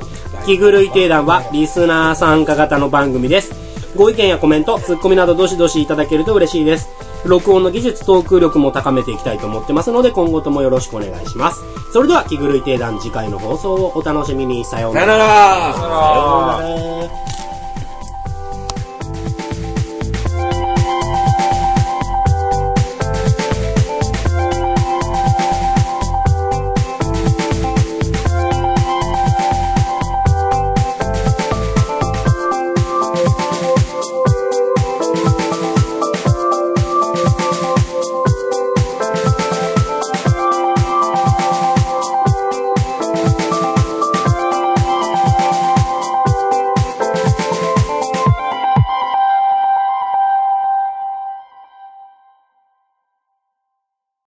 Speaker 4: 気狂い定談はリスナー参加型の番組ですご意見やコメントツッコミなどどしどしいただけると嬉しいです録音の技術トーク力も高めていきたいと思ってますので今後ともよろしくお願いしますそれでは気狂い定談次回の放送をお楽しみにさようなら
Speaker 5: ら
Speaker 4: さようなら